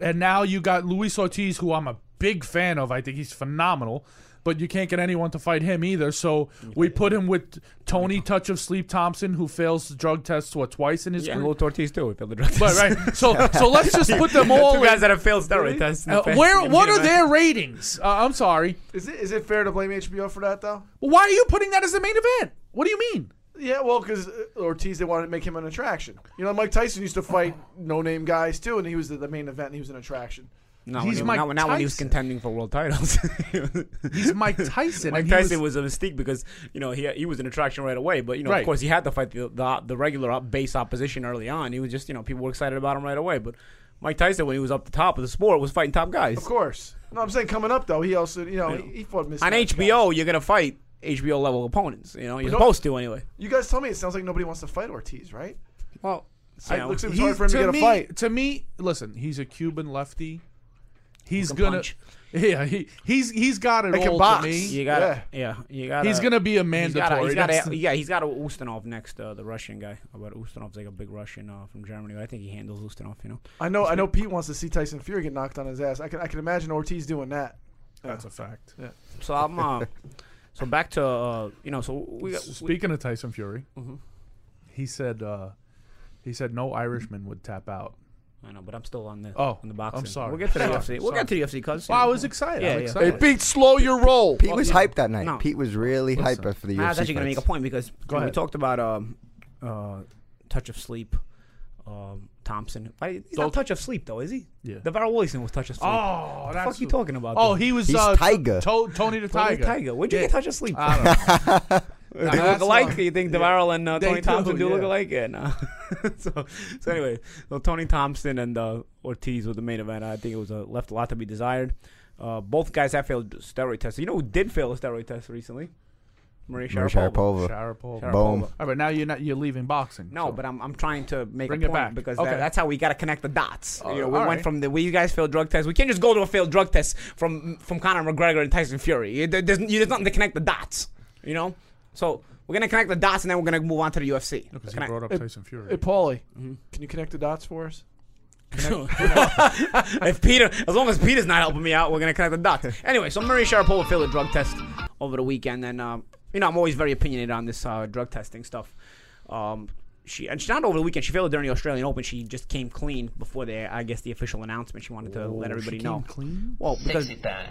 And now you got Luis Ortiz, who I'm a big fan of. I think he's phenomenal, but you can't get anyone to fight him either. So we put him with Tony Touch of Sleep Thompson, who fails the drug tests what twice in his yeah, career. Lil Ortiz too. If the drug But right, so so let's just put [laughs] them all. two in- guys that have failed steroid tests. in the Uh, past- where? What are event. their ratings? Uh, I'm sorry. Is it is it fair to blame HBO for that though? Why are you putting that as the main event? What do you mean? Yeah, well, because Ortiz they wanted to make him an attraction. You know, Mike Tyson used to fight no name guys too, and he was the, the main event. and He was an attraction. No, when He's he, Mike not, when- not when he was Tyson. contending for world titles. [laughs] He's Mike Tyson. Mike and he Tyson was, a mystique because you know he he was an attraction right away, but you know Right. of course he had to fight the the, the regular op- base opposition early on. He was just you know people were excited about him right away, but Mike Tyson when he was up the top of the sport was fighting top guys Of course. No, I'm saying coming up though, he also you know he, he fought Miss on HBO. You're gonna fight HBO level opponents. You know you're no- supposed to anyway. You guys tell me it sounds like nobody wants to fight Ortiz, right? Well, So it looks like it's He's- hard for him to get a me, fight. To me, listen, he's a Cuban lefty. He's can gonna, punch. [laughs] yeah, he he's he's got it He can all box. to me. you got to yeah. you got He's gonna be a He's got, mandatory. he's got That's the- yeah, he's got a Ustinov next, uh, the Russian guy. But Ustinov's like a big Russian uh, from Germany. I think he handles Ustinov, you know. I know. I know. Pete wants to see Tyson Fury get knocked on his ass. I can. I can imagine Ortiz doing that. That's a fact. So I'm [laughs] uh, so back to uh, you know. So we, S- Speaking of Tyson Fury, he said uh, he said no Irishman would tap out. I know, but I'm still on the Oh, on the boxing. I'm sorry. We'll get to the Sorry, UFC. We'll sorry. get to the UFC cuz. Well, I was excited. Yeah, I'm yeah. excited. Pete, slow your roll. Pete was hyped that night. No. Pete was really hyped after the UFC. I was actually going to make a fights. point because you know, we ahead. talked about um, uh, touch of sleep, um, Thompson. Why- He's not touch of sleep though, is he? Yeah. Devarell Wilson was touch of sleep. Oh, that's fuck you talking about, Oh, dude? he was He's uh, Tiger. To- Tony the Tony Tiger. Tiger. Where'd you Yeah. get touch of sleep? I don't know. They Nah, look that's alike? not- Do you think Devarell and uh, They Tony do, Thompson do look yeah. alike? Yeah, no. [laughs] so, so anyway, so Tony Thompson and uh, Ortiz were the main event. I think it was uh, left a lot to be desired. Uh, both guys have failed steroid tests. You know who did fail a steroid test recently? Maria Maria Sharapova. Sharapova. Sharapova. Sharapova. Boom. All right, now you're not you're leaving boxing. No, so- but I'm, I'm trying to make Bring a it point back. because Okay. that, that's how we got to connect the dots. you know, we all went right. from the we guys failed drug tests. We can't just go to a failed drug test from from Conor McGregor and Tyson Fury. You- there- There's, you- there's nothing to connect the dots. You know, so we're gonna connect the dots and then we're gonna move on to the UFC. because he Connect- brought up Tyson Fury. Hey, Paulie, Mm-hmm. can you connect the dots for us? [laughs] if Peter, as long as Peter's not helping me out, we're gonna connect the dots. Anyway, so Maria Sharapova failed a drug test over the weekend, and um, you know I'm always very opinionated on this uh, drug testing stuff. Um, she and she not over the weekend. She failed it during the Australian Open. She just came clean before the I guess the official announcement. She wanted to let everybody Oh, she know. came clean? Well, because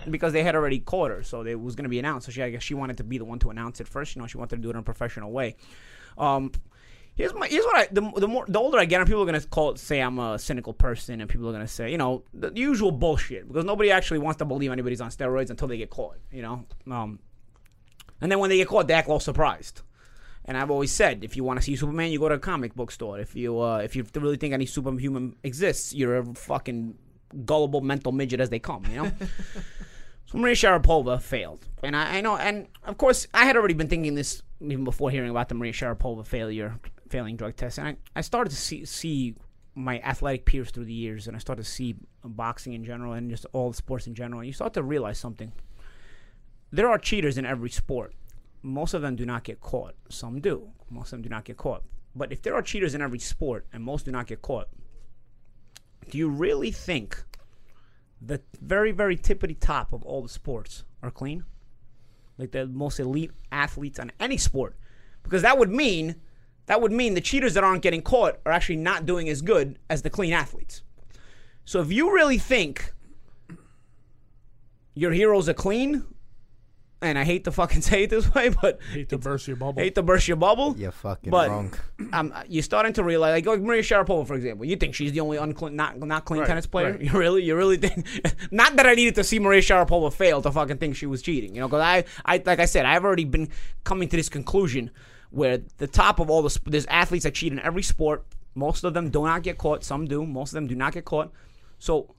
because they had already caught her, so it was gonna be announced. So she I guess she wanted to be the one to announce it first. You know, she wanted to do it in a professional way. Um, Here's my here's what I the, the more the older I get, and people are gonna call it say I'm a cynical person, and people are gonna say you know the usual bullshit because nobody actually wants to believe anybody's on steroids until they get caught, you know. Um, and then when they get caught, they act all surprised. And I've always said, if you want to see Superman, you go to a comic book store. If you uh, if you really think any superhuman exists, you're a fucking gullible mental midget as they come, you know. So Maria Sharapova failed, and I, I know, and of course, I had already been thinking this even before hearing about the Maria Sharapova failure, failing drug test, and I, I started to see see my athletic peers through the years, and I started to see boxing in general and just all sports in general. And you start to realize something: there are cheaters in every sport. Most of them do not get caught. Some do. Most of them do not get caught. But if there are cheaters in every sport, and most do not get caught, do you really think? the very, very tippity top of all the sports are clean. Like the most elite athletes on any sport. Because that would mean that would mean the cheaters that aren't getting caught are actually not doing as good as the clean athletes. So if you really think your heroes are clean, and I hate to fucking [laughs] say it this way, but Hate to burst your bubble. hate to burst your bubble. You're fucking but wrong. [clears throat] Um, you're starting to realize, like, like Maria Sharapova, for example. You think she's the only unclean, not not clean tennis player? [laughs] You really, you really think? [laughs] not that I needed to see Maria Sharapova fail to fucking think she was cheating, you know? Because I, I, like I said, I've already been coming to this conclusion where the top of all the sp- there's athletes that cheat in every sport. Most of them do not get caught. Some do. Most of them do not get caught. So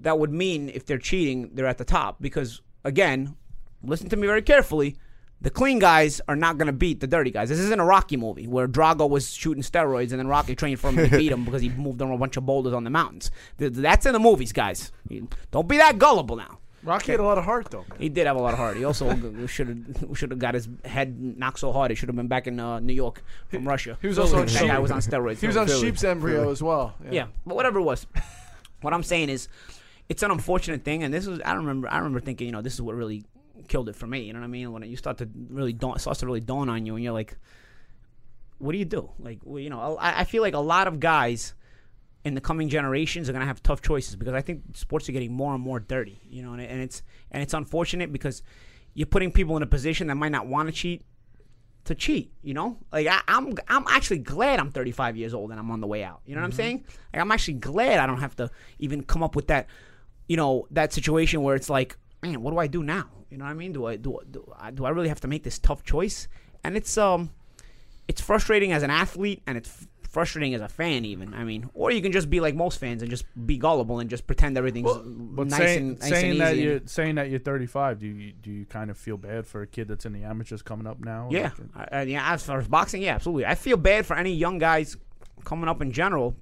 that would mean if they're cheating, they're at the top. Because again, listen to me very carefully. The clean guys are not going to beat the dirty guys. This isn't a Rocky movie where Drago was shooting steroids and then Rocky trained for him and he [laughs] beat him because he moved on a bunch of boulders on the mountains. Th- That's in the movies, guys. You- Don't be that gullible now. Rocky had a lot of heart, though. He did have a lot of heart. He [laughs] also should have should have got his head knocked so hard it should have been back in uh, New York from Russia. He was also on that sheep. guy was on steroids. He was on sheep's embryo as well. Yeah, but whatever it was. [laughs] what I'm saying is, it's an unfortunate thing, and this was I remember I remember thinking, you know, this is what really killed it for me. You know what I mean? When you start to really dawn, starts to really dawn on you, and you're like, what do you do? Like, well, you know, I, I feel like a lot of guys in the coming generations are going to have tough choices because I think sports are getting more and more dirty, you know, and, it- and it's and it's unfortunate because you're putting people in a position that might not want to cheat to cheat, you know? Like I, I'm I'm actually glad I'm 35 years old and I'm on the way out. You Mm-hmm. know what I'm saying? Like I'm actually glad I don't have to even come up with that, you know, that situation where it's like, man, what do I do now? You know what I mean? Do I do do I, do I really have to make this tough choice? And it's um it's frustrating as an athlete and it's f- frustrating as a fan even. I mean, or you can just be like most fans and just be gullible and just pretend everything's But nice saying, and nice saying and that easy. you're saying that you're 35, do you do you kind of feel bad for a kid that's in the amateurs coming up now? Yeah, I, I- yeah. As far as boxing, yeah, absolutely. I feel bad for any young guys coming up in general,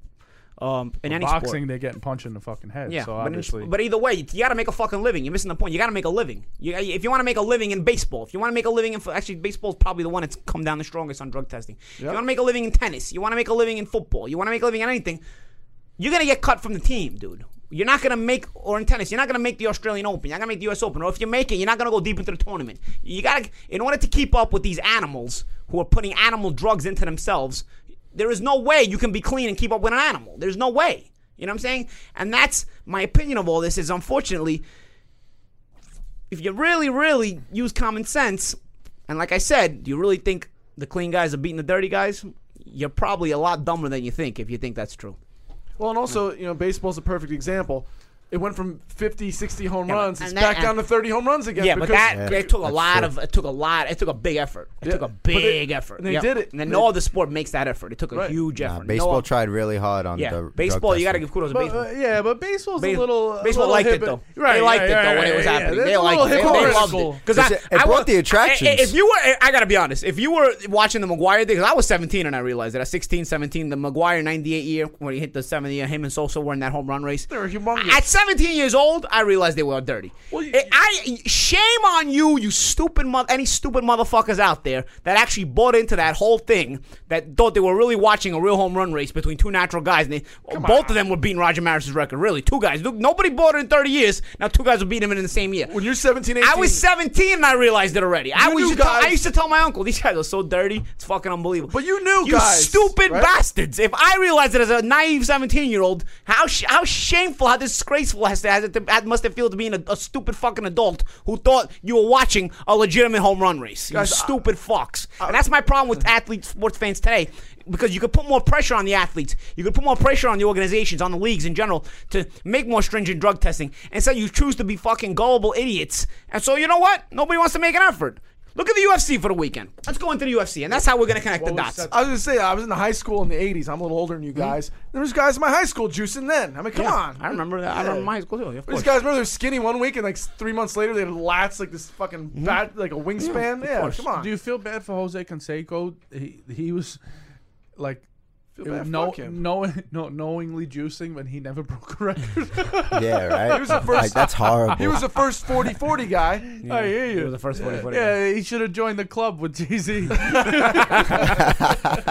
um, in any boxing, sport. they're getting punched in the fucking head. Yeah, so but, in, obviously, but either way, you got to make a fucking living. You're missing the point. You got to make a living. You, uh, if you want to make a living in baseball, if you want to make a living in fo- actually baseball's probably the one that's come down the strongest on drug testing. If you want to make a living in tennis, you want to make a living in football, you want to make a living in anything, you're gonna get cut from the team, dude. You're not gonna make or in tennis, you're not gonna make the Australian Open, you're not gonna make the US Open, or if you make it, you're not gonna go deep into the tournament. You gotta in order to keep up with these animals who are putting animal drugs into themselves, there is no way you can be clean and keep up with an animal. There's no way. You know what I'm saying? And that's my opinion of all this is unfortunately if you really, really use common sense, and like I said, do you really think the clean guys are beating the dirty guys? You're probably a lot dumber than you think if you think that's true. Well, and also, you know, baseball's a perfect example. It went from 50, 60 home Yeah, but- runs. It's and that- back down to 30 home runs again. Yeah, but because that Yeah. it took a That's lot true. of it took a lot. It took a big effort. It Yeah. took a But they- big effort. and they Yeah. did it. And then They- no other sport makes that effort. It took a Right. huge Nah, effort. baseball no, tried really hard on yeah, the drug baseball. You got to testing. give kudos to But, baseball. uh, yeah, but baseball's Bas- a little. a baseball little liked it hip- though. Right, they liked right, it though right, when it was right, happening. yeah. they It's a liked little it. They, they loved hypocritical. it because I, It's- it I brought was- the attractions. I- I- If you were, I gotta be honest. If you were watching the McGuire thing, because I was 17 and I realized that at 16, 17, the McGuire 98 year when he hit the 70 year, him and Sosa were in that home run race. They were humongous. At 17 years old, I realized they were dirty. Well, you- I- I shame on you, you stupid mo- any stupid motherfuckers out there that actually bought into that whole thing that thought they were really watching a real home run race between two natural guys. And they, both of them were beating Roger Maris's record. Really, two guys. Look, Nobody bought it in 30 years. Now two guys will beat him in the same year. When you're 17, 18. I was 17 and I realized it already. I, You was knew used to tell, guys- I used to tell my uncle, these guys are so dirty. It's fucking unbelievable. But you knew you guys, stupid right? bastards. If I realized it as a naive 17 year old, how sh- how shameful, how disgraceful has that, has it, that must have feel to being a, a stupid fucking adult who thought you were watching a legitimate home run race. You Guys, I- stupid fucks. and that's my problem with athletes, sports fans today. Because you could put more pressure on the athletes, you could put more pressure on the organizations, on the leagues in general, to make more stringent drug testing. And so you choose to be fucking gullible idiots. And so you know what? Nobody wants to make an effort. Look at the UFC for the weekend. Let's go into the UFC, and that's how we're gonna connect the dots. I was gonna say I was in high school in the '80s. I'm a little older than you guys. There was guys in my high school juicing then. I mean, come Yeah, on. I remember that. I remember my high school too. Of These course. guys remember they're skinny one week and like s- three months later they had lats like this fucking Mm-hmm. bat like a wingspan. Yeah, course. come on. Do you feel bad for Jose Canseco? He he was like Feel bad, no, fuck him. no, [laughs] no, knowingly juicing when he never [laughs] broke a [laughs] record. [laughs] Yeah, right. He was the first- Like, that's horrible. He was the first 40-40 guy. I hear you. It was the first one. Yeah. yeah, he should have joined the club with Jay [laughs] Z. [laughs]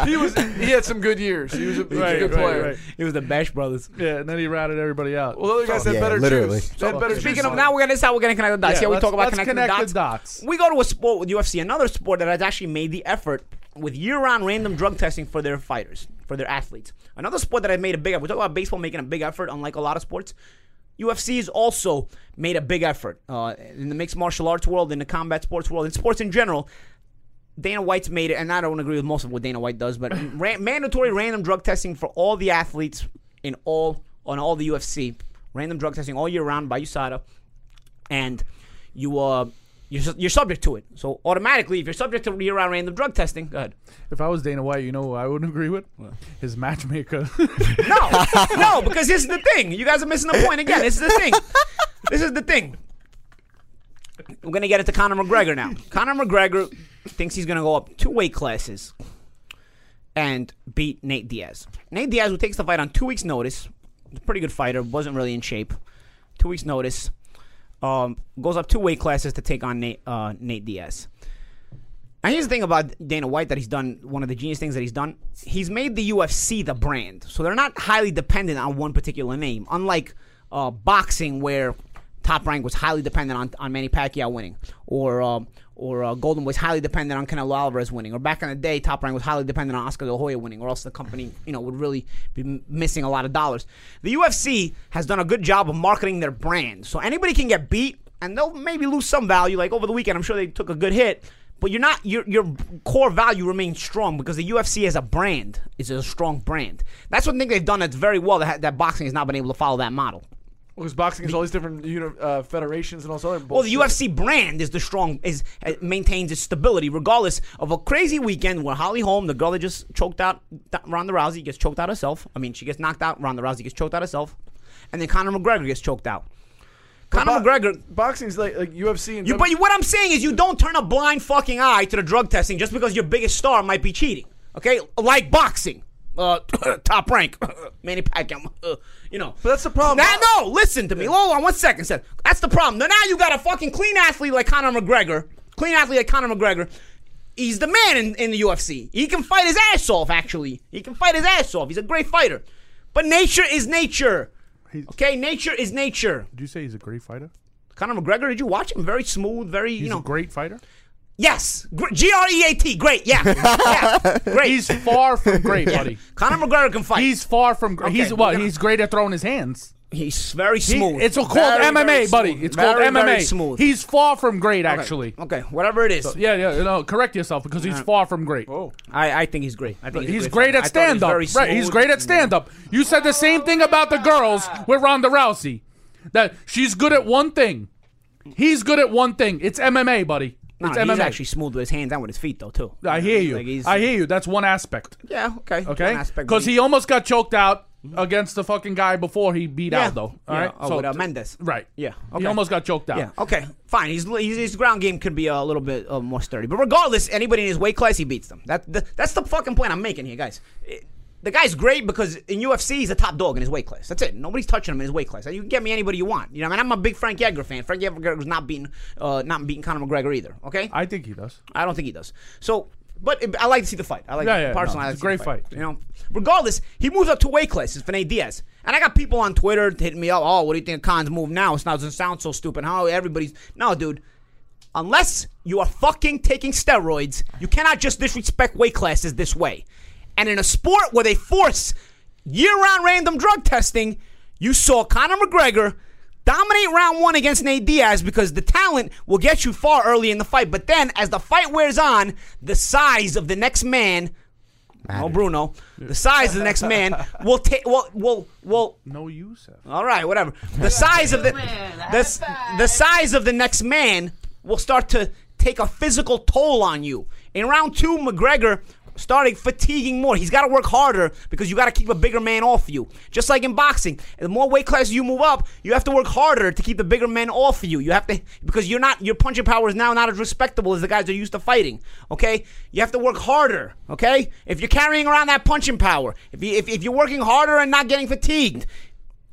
He was he had some good years. He was a, he was a Right, good right, player. right. It was the Bash Brothers. yeah, and then he ratted everybody out. Well, the other guys had Yeah, better literally. juice. They had better Speaking juice of, on now it. we're gonna decide we're gonna connect the dots. Yeah, Yeah, we let's- talk about let's connecting connect the the dots. dots. We go to a sport with UFC, another sport that has actually made the effort with year-round random drug testing for their fighters, for their athletes. Another sport that has made a big effort. We talk about baseball making a big effort, unlike a lot of sports. UFC has also made a big effort uh, in the mixed martial arts world, in the combat sports world, in sports in general. Dana White's made it, and I don't agree with most of what Dana White [laughs] does, but ra- mandatory random drug testing for all the athletes in all on all the UFC, random drug testing all year round by USADA, and you uh you're, su- you're subject to it. So automatically, if you're subject to year round random drug testing, go ahead. if I was Dana White, you know who I wouldn't agree with? His [laughs] matchmaker. No, no, because this is the thing. You guys are missing the point again. This is the thing. This is the thing. We're gonna get it to Conor McGregor now. Conor McGregor thinks he's gonna go up two weight classes and beat Nate Diaz. Nate Diaz, who takes the fight on two weeks' notice, was a pretty good fighter, wasn't really in shape. Two weeks' notice, um, goes up two weight classes to take on Nate, uh, Nate Diaz. And here's the thing about Dana White that he's done, one of the genius things that he's done, he's made the UFC the brand. So they're not highly dependent on one particular name, unlike uh, boxing, where Top Rank was highly dependent on, on Manny Pacquiao winning, or um, or uh, Golden was highly dependent on Canelo Alvarez winning, or back in the day, Top Rank was highly dependent on Oscar De La Hoya winning, or else the company you know would really be m- missing a lot of dollars. The UFC has done a good job of marketing their brand, so anybody can get beat, and they'll maybe lose some value. Like over the weekend, I'm sure they took a good hit. But you're not your your core value remains strong because the UFC as a brand is a strong brand. That's one thing they've done that's very well that, that boxing has not been able to follow that model. because boxing is all these different uni- uh, federations and all this other Well, the bullshit. UFC brand is the strong is uh, maintains its stability regardless of a crazy weekend where Holly Holm, the girl that just choked out th- Ronda Rousey, gets choked out herself. I mean, she gets knocked out. Ronda Rousey gets choked out herself, and then Conor McGregor gets choked out. Bo- Conor McGregor Boxing's like like UFC and You, but you, what I'm saying is, you don't turn a blind fucking eye to the drug testing just because your biggest star might be cheating. Okay, like boxing, uh, [coughs] top rank, Manny Pacquiao. Uh, you know, But that's the problem. Now, no, listen to me. Hold on one second. Seth. That's the problem. Now, now you got a fucking clean athlete like Conor McGregor. Clean athlete like Conor McGregor. He's the man in, in the UFC. He can fight his ass off. Actually, he can fight his ass off. He's a great fighter. But nature is nature. He's- Okay, nature is nature. Did you say he's a great fighter? Conor McGregor, did you watch him? Very smooth, very He's you know. a great fighter. Yes, Gr- G R E A T. [laughs] Great, yeah, yeah. great. He's far from great, buddy. Conor McGregor can fight. He's far from great. Okay, he's we're what? gonna- he's great at throwing his hands. He's very He- smooth. it's called Very, MMA, very buddy. smooth. It's Very, called MMA. Very smooth. He's far from great, actually. okay. Whatever it is, Oh. Yeah, yeah. No, correct yourself because he's far from great. I, I think he's great. I think he's, He's a great fighter. at I thought he was stand up. very Right, he's smooth. great at stand up. You said the same thing about the girls with Ronda Rousey. That she's good at one thing. He's good at one thing. It's MMA, buddy. Nah, It's he's MMA. actually smooth with his hands and with his feet though too. I hear you. Like, he's- I hear you. That's one aspect. Yeah. Okay. Okay? Because Because he almost got choked out against the fucking guy before he beat Yeah. out, though. All Yeah, right. oh, with, uh, Mendes. Right. Yeah, He okay. almost got choked out. Yeah. Okay. Fine. He's, he's his ground game could be a little bit uh, more sturdy, but regardless, anybody in his weight class, he beats them. That, that that's the fucking point I'm making here, guys. It- the guy's great because in UFC he's a top dog in his weight class. That's it. Nobody's touching him in his weight class. You can get me anybody you want. You know, what I mean, I'm a big Frank Edgar fan. Frank Edgar's not beating, uh, not beating Conor McGregor either. Okay. I think he does. I don't think he does. So, but it, I like to see the fight. I like Yeah, yeah, personally. no, I like it's to a great see the fight. You know, regardless, he moves up to weight classes. Vinay Diaz, and I got people on Twitter hitting me up. Oh, what do you think of Khan's move now? It's not doesn't sound so stupid. How everybody's no, dude. Unless you are fucking taking steroids, you cannot just disrespect weight classes this way. And in a sport where they force year-round random drug testing, you saw Conor McGregor dominate round one against Nate Diaz because the talent will get you far early in the fight. But then, as the fight wears on, the size of the next man, no Bruno, the size of the next man will take will will will. No use. Seth. All right, whatever. The size of the the, s- the size of the next man will start to take a physical toll on you. In round two, McGregor started fatiguing more. He's got to work harder because you got to keep a bigger man off you. Just like in boxing, the more weight class you move up, you have to work harder to keep the bigger men off you. You have to because you're not your punching power is now not as respectable as the guys are used to fighting. Okay, you have to work harder. Okay, if you're carrying around that punching power, if you, if, if you're working harder and not getting fatigued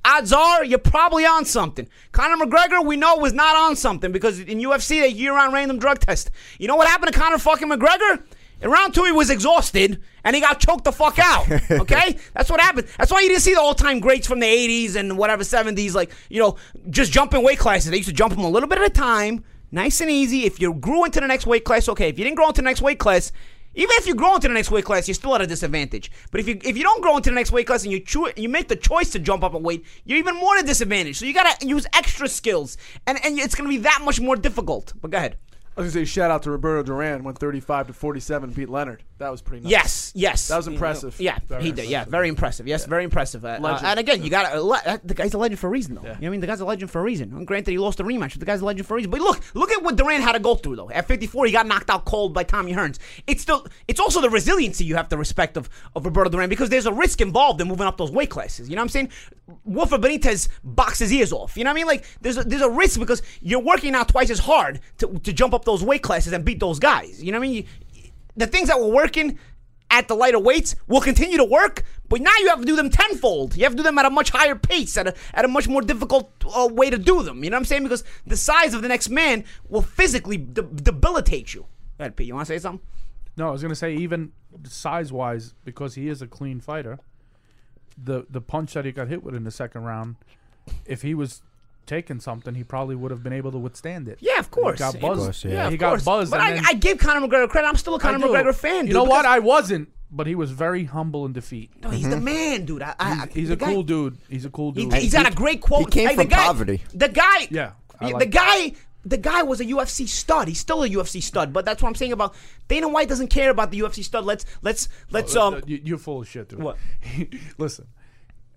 odds are you're probably on something. Conor McGregor, we know, was not on something because in UFC they year-round random drug test. You know what happened to Conor fucking McGregor? In round two, he was exhausted and he got choked the fuck out. Okay, that's what happened. That's why you didn't see the all-time greats from the '80s and whatever '70s, like you know, just jumping weight classes. They used to jump them a little bit at a time, nice and easy. If you grew into the next weight class, okay. If you didn't grow into the next weight class, even if you grow into the next weight class, you're still at a disadvantage. But if you if you don't grow into the next weight class and you choo- you make the choice to jump up a weight, you're even more at a disadvantage. So you gotta use extra skills, and and it's gonna be that much more difficult. But go ahead. I was gonna say shout out to Roberto Duran, went 35 to 47, beat Leonard. That was pretty. nice. Yes, yes, That was impressive. Yeah, Very he did. Yeah, very impressive. Yes, very impressive. Uh, uh, Legend. and again, you got to le- uh, the guy's a legend for a reason, though. You know what I mean? The guy's a legend for a reason. And granted, he lost the rematch, but the guy's a legend for a reason. But look, look at what Durant had to go through, though. At 54, he got knocked out cold by Tommy Hearns. It's the, it's also the resiliency you have to respect of, of Roberto Duran because there's a risk involved in moving up those weight classes. You know what I'm saying? Wolfer Benitez boxed his ears off. You know what I mean? Like there's a, there's a risk because you're working out twice as hard to to jump up those weight classes and beat those guys. You know what I mean? You- the things that were working at the lighter weights will continue to work, but now you have to do them tenfold. You have to do them at a much higher pace, at a, at a much more difficult uh, way to do them. You know what I'm saying? Because the size of the next man will physically de- debilitate you. Go ahead, Pete. You want to say something? No, I was gonna say even size wise, because he is a clean fighter. The the punch that he got hit with in the second round, if he was taking something, he probably would have been able to withstand it. Yeah, of course. He got Of buzzed. course, yeah. yeah. Yeah, he Of got course. buzzed. But and I, then- I give Conor McGregor credit. I'm still a Conor I do. McGregor fan. You dude, know what? because- I wasn't, but he was very humble in defeat. No, he's the man, dude. I, I, I- Mm-hmm. He's the a guy- cool dude. He's a cool He, dude. he's got a great quote. he came Hey, the from guy- poverty. The guy. Yeah, I the like guy. The guy was a UFC stud. He's still a UFC stud. But that's what I'm saying about Dana White doesn't care about the UFC stud. Let's let's let's Oh, um. you, you're full of shit, dude. What? [laughs] Listen,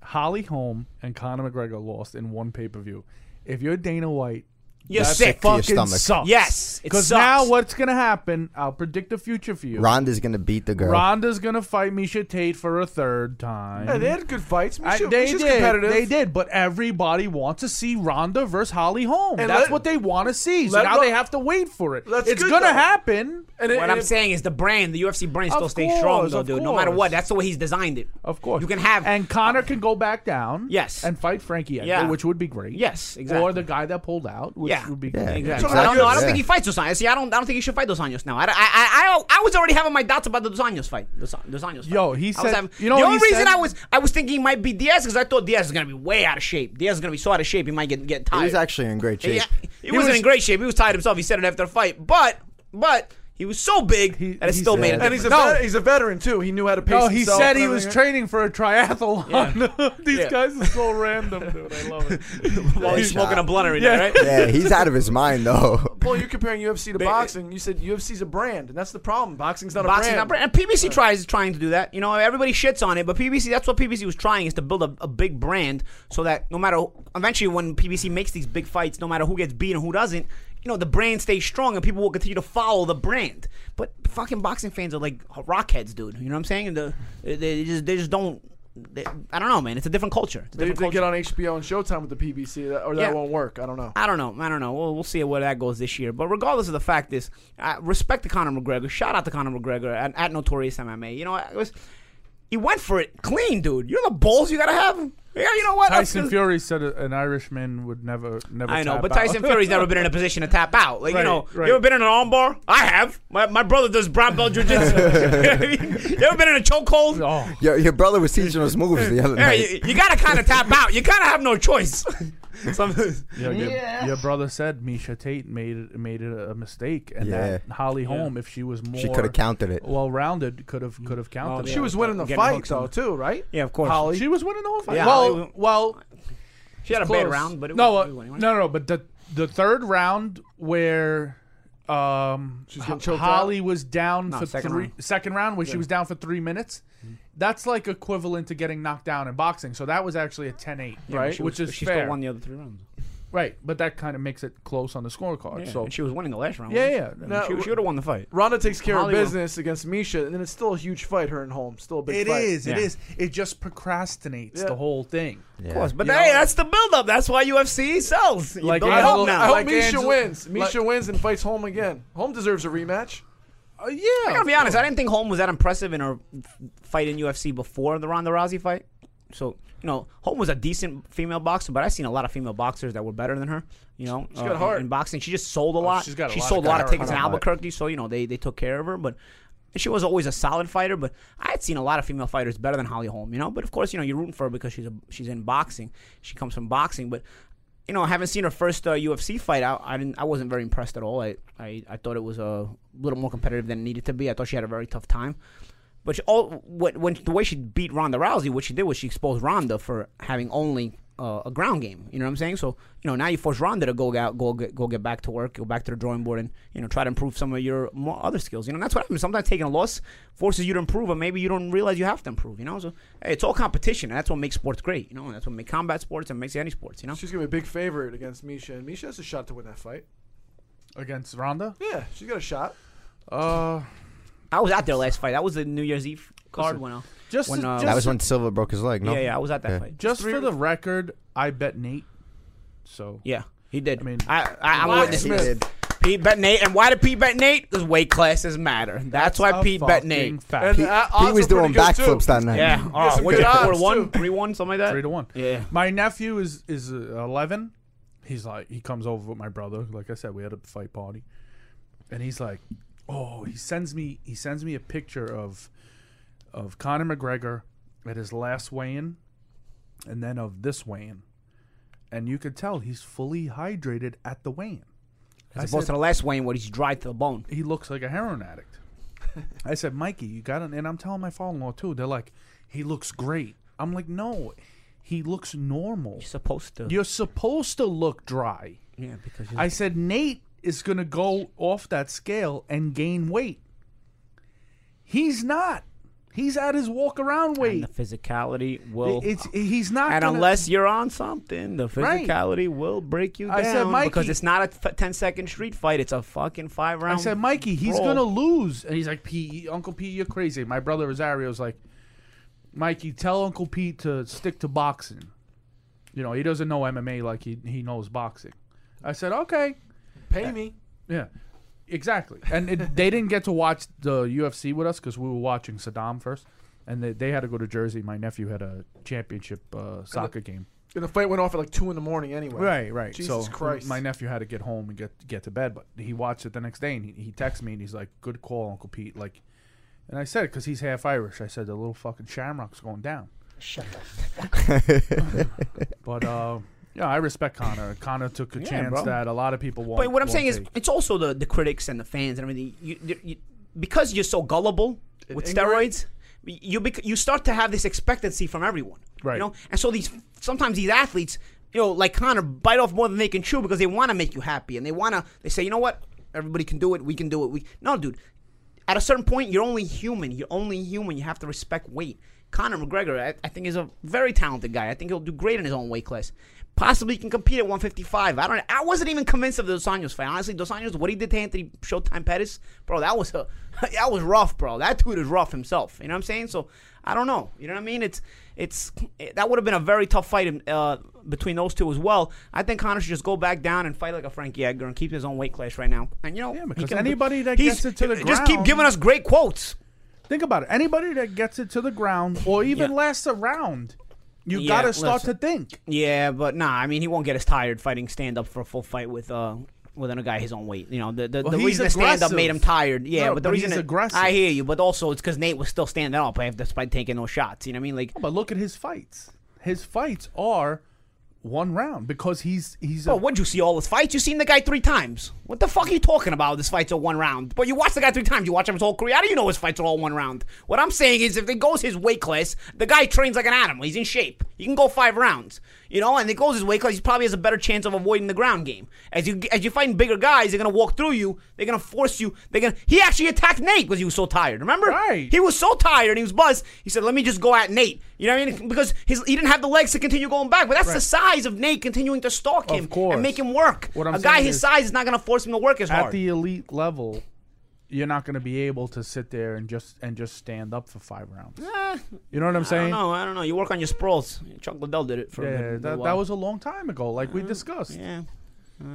Holly Holm and Conor McGregor lost in one pay per view. If you're Dana White, You're that sick. To your Fucking stomach. sucks. Yes, it because sucks. now what's gonna happen? I'll predict the future for you. Ronda's gonna beat the girl. Ronda's gonna fight Misha Tate for a third time. Yeah, they had good fights. I- Misha, they Misha's did. competitive. They did, but everybody wants to see Ronda versus Holly Holm. And That's let- what they want to see. So let now Ro- they have to wait for it. That's it's good, gonna though. happen. And it- What and I'm it- saying is the brand, the UFC brand, still Of stays strong, course, though, of dude. No matter what, course. that's the way he's designed it. Of course. you can have And Connor can go back down. Yes. And fight Frankie Edgar, Yeah. which would be great. Yes, exactly. Or the guy that pulled out, which Yeah. would be Yeah, great. Exactly. So I don't know. I don't yeah. think he fights Dos Anjos. See, I don't. I don't think he should fight Dos Anjos now. I, I, I, I, I was already having my doubts about the Dos Anjos fight. Dos, Dos Anjos. Fight. Yo, he I was said- having- you know the what only he reason said? I was, I was thinking he might be Diaz because I thought Diaz is gonna be way out of shape. Diaz is gonna be so out of shape he might get get tired. He was actually in great shape. Yeah, he, wasn't in great shape. He was tired himself. He said it after the fight, but but He was so big He- that it he's still made dead. it. And he's a No. vet- he's a veteran too. He knew how to pace. No, he himself said and he was everything. training for a triathlon. [laughs] These Yeah. guys are so random, dude. I love [laughs] it. [laughs] while [laughs] he's smoking a blunt every day, right? Yeah, he's out of his mind though. [laughs] Paul, you're comparing UFC to boxing. You said UFC's a brand, and that's the problem. Boxing's not a Boxing, brand. not brand. And PBC tries trying to do that. You know, everybody shits on it, but PBC that's what PBC was trying is to build a, a big brand so that no matter eventually when PBC makes these big fights, no matter who gets beat and who doesn't, you know, the brand stays strong and people will continue to follow the brand. But fucking boxing fans are like rockheads, dude. You know what I'm saying? And the, they- they just they just don't. They, I don't know, man. It's a different culture. It's a Maybe different if they culture. get on HBO and Showtime with the PBC, that- or that Yeah. won't work. I don't know. I don't know. I don't know. We'll, we'll see where that goes this year. But regardless of the fact is, I respect to Conor McGregor. Shout out to Conor McGregor at, at Notorious MMA. You know, it was he went for it clean, dude. You know the balls you gotta have. Yeah, you know what? That's Tyson just- Fury said a- an Irishman would never, never. I know, tap but out. Tyson [laughs] Fury's never been in a position to tap out. Like Right, you know, right. you ever been in an armbar? I have. My, my brother does brown belt [laughs] jujitsu. you ever been in a chokehold? Oh, Your, your brother was teaching us moves the other Yeah, night. you, you gotta kind of tap out. You kind of have [laughs] no choice. Some, yeah, your, your brother said Misha Tate made it, made it a mistake, and that Yeah. Holly Holm, if she was more, She could have countered it. well-rounded, could have could have countered. yeah. She was winning the Getting fight hooked on though, it. too, right? yeah, of course. She was winning the whole fight. Yeah, well, Holly- well, she had a close. bad round, but it no, was, uh, it was anyway. no, no, no. But the the third round where um She's getting Ho- choked Holly was down for second three second round. round where she was down for three minutes. That's like equivalent to getting knocked down in boxing. So that was actually a 10-8, right? She was- Which is she fair, still won the other three rounds. right? But that kind of makes it close on the scorecard. Yeah, so and she was winning the last round. yeah, wasn't yeah. she? she, would have won the fight. Ronda takes care Hollywood. of business against Misha, and then it's still a huge fight. Her and Holm, still a big It fight. is. It Yeah. is. It just procrastinates Yeah. the whole thing. Of course, but You hey, know- that's the build-up. That's why UFC sells. You Like build it I up hope, now. I hope Like Misha Angela- wins. like- Misha wins and fights Holm again. Holm deserves a rematch. Uh, yeah. I gotta be honest. I didn't think Holm was that impressive in her f- fight in UFC before the Ronda Rousey fight. So you know, Holm was a decent female boxer, but I've seen a lot of female boxers that were better than her. You know, she got heart. in boxing. She just sold a lot. she's got a she lot of sold a lot of character. tickets in Got a lot. Albuquerque, so you know they they took care of her, but. she was always a solid fighter, but I had seen a lot of female fighters better than Holly Holm, you know. But of course, you know you're rooting for her because she's a, she's in boxing. She comes from boxing, but you know, haven't seen her first uh, UFC fight. I, I didn't. I wasn't very impressed at all. I, I, I thought it was a little more competitive than it needed to be. I thought she had a very tough time. But she, all what when the way she beat Ronda Rousey, what she did was she exposed Ronda for having only uh, a ground game. You know what I'm saying? So you know now you force Ronda to go out, go get, go get back to work, go back to the drawing board, and you know try to improve some of your more other skills. You know that's what happens. Sometimes taking a loss forces you to improve, and maybe you don't realize you have to improve. You know, so hey, it's all competition, and that's what makes sports great. You know, and that's what makes combat sports and makes any sports. You know. She's gonna be a big favorite against Misha, and Misha has a shot to win that fight. Against Ronda, Yeah, she's got a shot. uh, I was at their last fight. That was the New Year's Eve card Listen, when I, just When, to- uh, just That was to- when Silva broke his leg. No. yeah yeah I was at that fight. Just for the record, I bet Nate. So Yeah, he did. I mean- I I, I Lock witnessed Smith. this. Pete bet Nate, and why did Pete bet Nate? Because weight classes matter. That's, why a Pete bet fucking Nate. fact. And He, uh, he odds was were doing pretty good, too. backflips that night. Yeah, Get oh, some what good four odds, one, too. three one, something like that. three to one. Yeah. My nephew is is uh, eleven. He's like he comes over with my brother. Like I said, we had a fight party, and he's like, oh, he sends me he sends me a picture of of Conor McGregor at his last weigh-in, and then of this weigh-in, and you could tell he's fully hydrated at the weigh-in. I As opposed to said, the last Wayne, where he's dried to the bone. he looks like a heroin addict. I said, Mikey, you got it. And I'm telling my father-in-law too. They're like, he looks great. I'm like, no, he looks normal. You're supposed to. You're supposed to look dry. yeah, because I said Nate is going to go off that scale and gain weight. He's not. He's at his walk around and weight. the physicality will. It's he's not. and gonna- unless you're on something, the Right. physicality will break you down. I said, because Mikey- it's not a f- 10 second street fight. It's a fucking five I round. said, Mikey, he's brawl. gonna lose, and he's like, P, Uncle Pete, you're crazy. My brother Rosario's like, Mikey, tell Uncle Pete to stick to boxing. You know, he doesn't know MMA like he he knows boxing. I said, okay, Pay me. yeah, exactly. And it, they didn't get to watch the UFC with us because we were watching Saddam first, and they, they had to go to Jersey. My nephew had a championship uh, soccer game. And the fight went off at like two in the morning anyway. Right, right. Jesus so Christ. my nephew had to get home and get get to bed, but he watched it the next day and he, he texted me and he's like, "Good call, Uncle Pete." Like, and I said it because he's half Irish. I said the little fucking Shamrock's going down. Shut the fuck. [laughs] but uh, Yeah, I respect Connor. Connor took a chance bro. that a lot of people won't. But what I'm won't saying is, take. it's also the, the critics and the fans and everything. You, you, you- because you're so gullible with ignorant. steroids, you bec- you start to have this expectancy from everyone, Right. You know, and so these sometimes these athletes, you know, like Connor, bite off more than they can chew because they want to make you happy and they want to. They say, you know what, everybody can do it. We can do it. We no, dude. At a certain point, you're only human. You're only human. You have to respect weight. Conor McGregor, I, I think, is a very talented guy. I think he'll do great in his own weight class possibly can compete at 155. I don't. I wasn't even convinced of the Dos Anjos fight. Honestly, Dos Anjos, what he did to Anthony Showtime Pettis, bro, that was a, [laughs] that was rough, bro. That dude is rough himself. You know what I'm saying? So I don't know. You know what I mean? It's it's that would have been a very tough fight uh, between those two as well. I think Connor should just go back down and fight like a Frankie Edgar and keep his own weight class right now. And you know, Yeah, he because can- anybody that he's- gets it to the just keep ground- giving us great quotes. Think about it. Anybody that gets it to the ground or even Yeah. lasts a round, you Yeah, gotta start listen. to think. Yeah, but nah. I mean, he won't get as tired fighting stand up for a full fight with uh with a guy his own weight. You know, the the, Well, the he's reason the stand up aggressive. made him tired. Yeah, No, but the but reason he's it- aggressive. I hear you, but also it's because Nate was still standing up af- despite taking those shots. You know what I mean? Like, But look at his fights. His fights are one round because he's he's bro, a, what'd you see all his fights? You seen the guy three times. What the fuck are you talking about? This fight's all one round. But you watch the guy three times. You watch him his whole career. How do you know his fights are all one round? What I'm saying is, if it goes his weight class, the guy trains like an animal. He's in shape. He can go five rounds. You know, and it goes his weight class. He probably has a better chance of avoiding the ground game. As you as you find bigger guys, they're gonna walk through you. They're gonna force you. They're gonna. He actually attacked Nate because he was so tired. Remember? Right. He was so tired. He was buzzed. He said, "Let me just go at Nate." You know what I mean? Because his, he didn't have the legs to continue going back. But that's the size of Nate continuing to stalk him course. and make him work. What I'm a guy saying his is- size is not going to force him to work as at hard. the elite level. You're not going to be able to sit there and just and just stand up for five rounds. you know what I'm Eh, I don't saying? know. I don't know. You work on your sprawls. Chuck Liddell did it for a Yeah, good- good that, that while. was a long time ago, like we discussed. Mm-hmm. Yeah.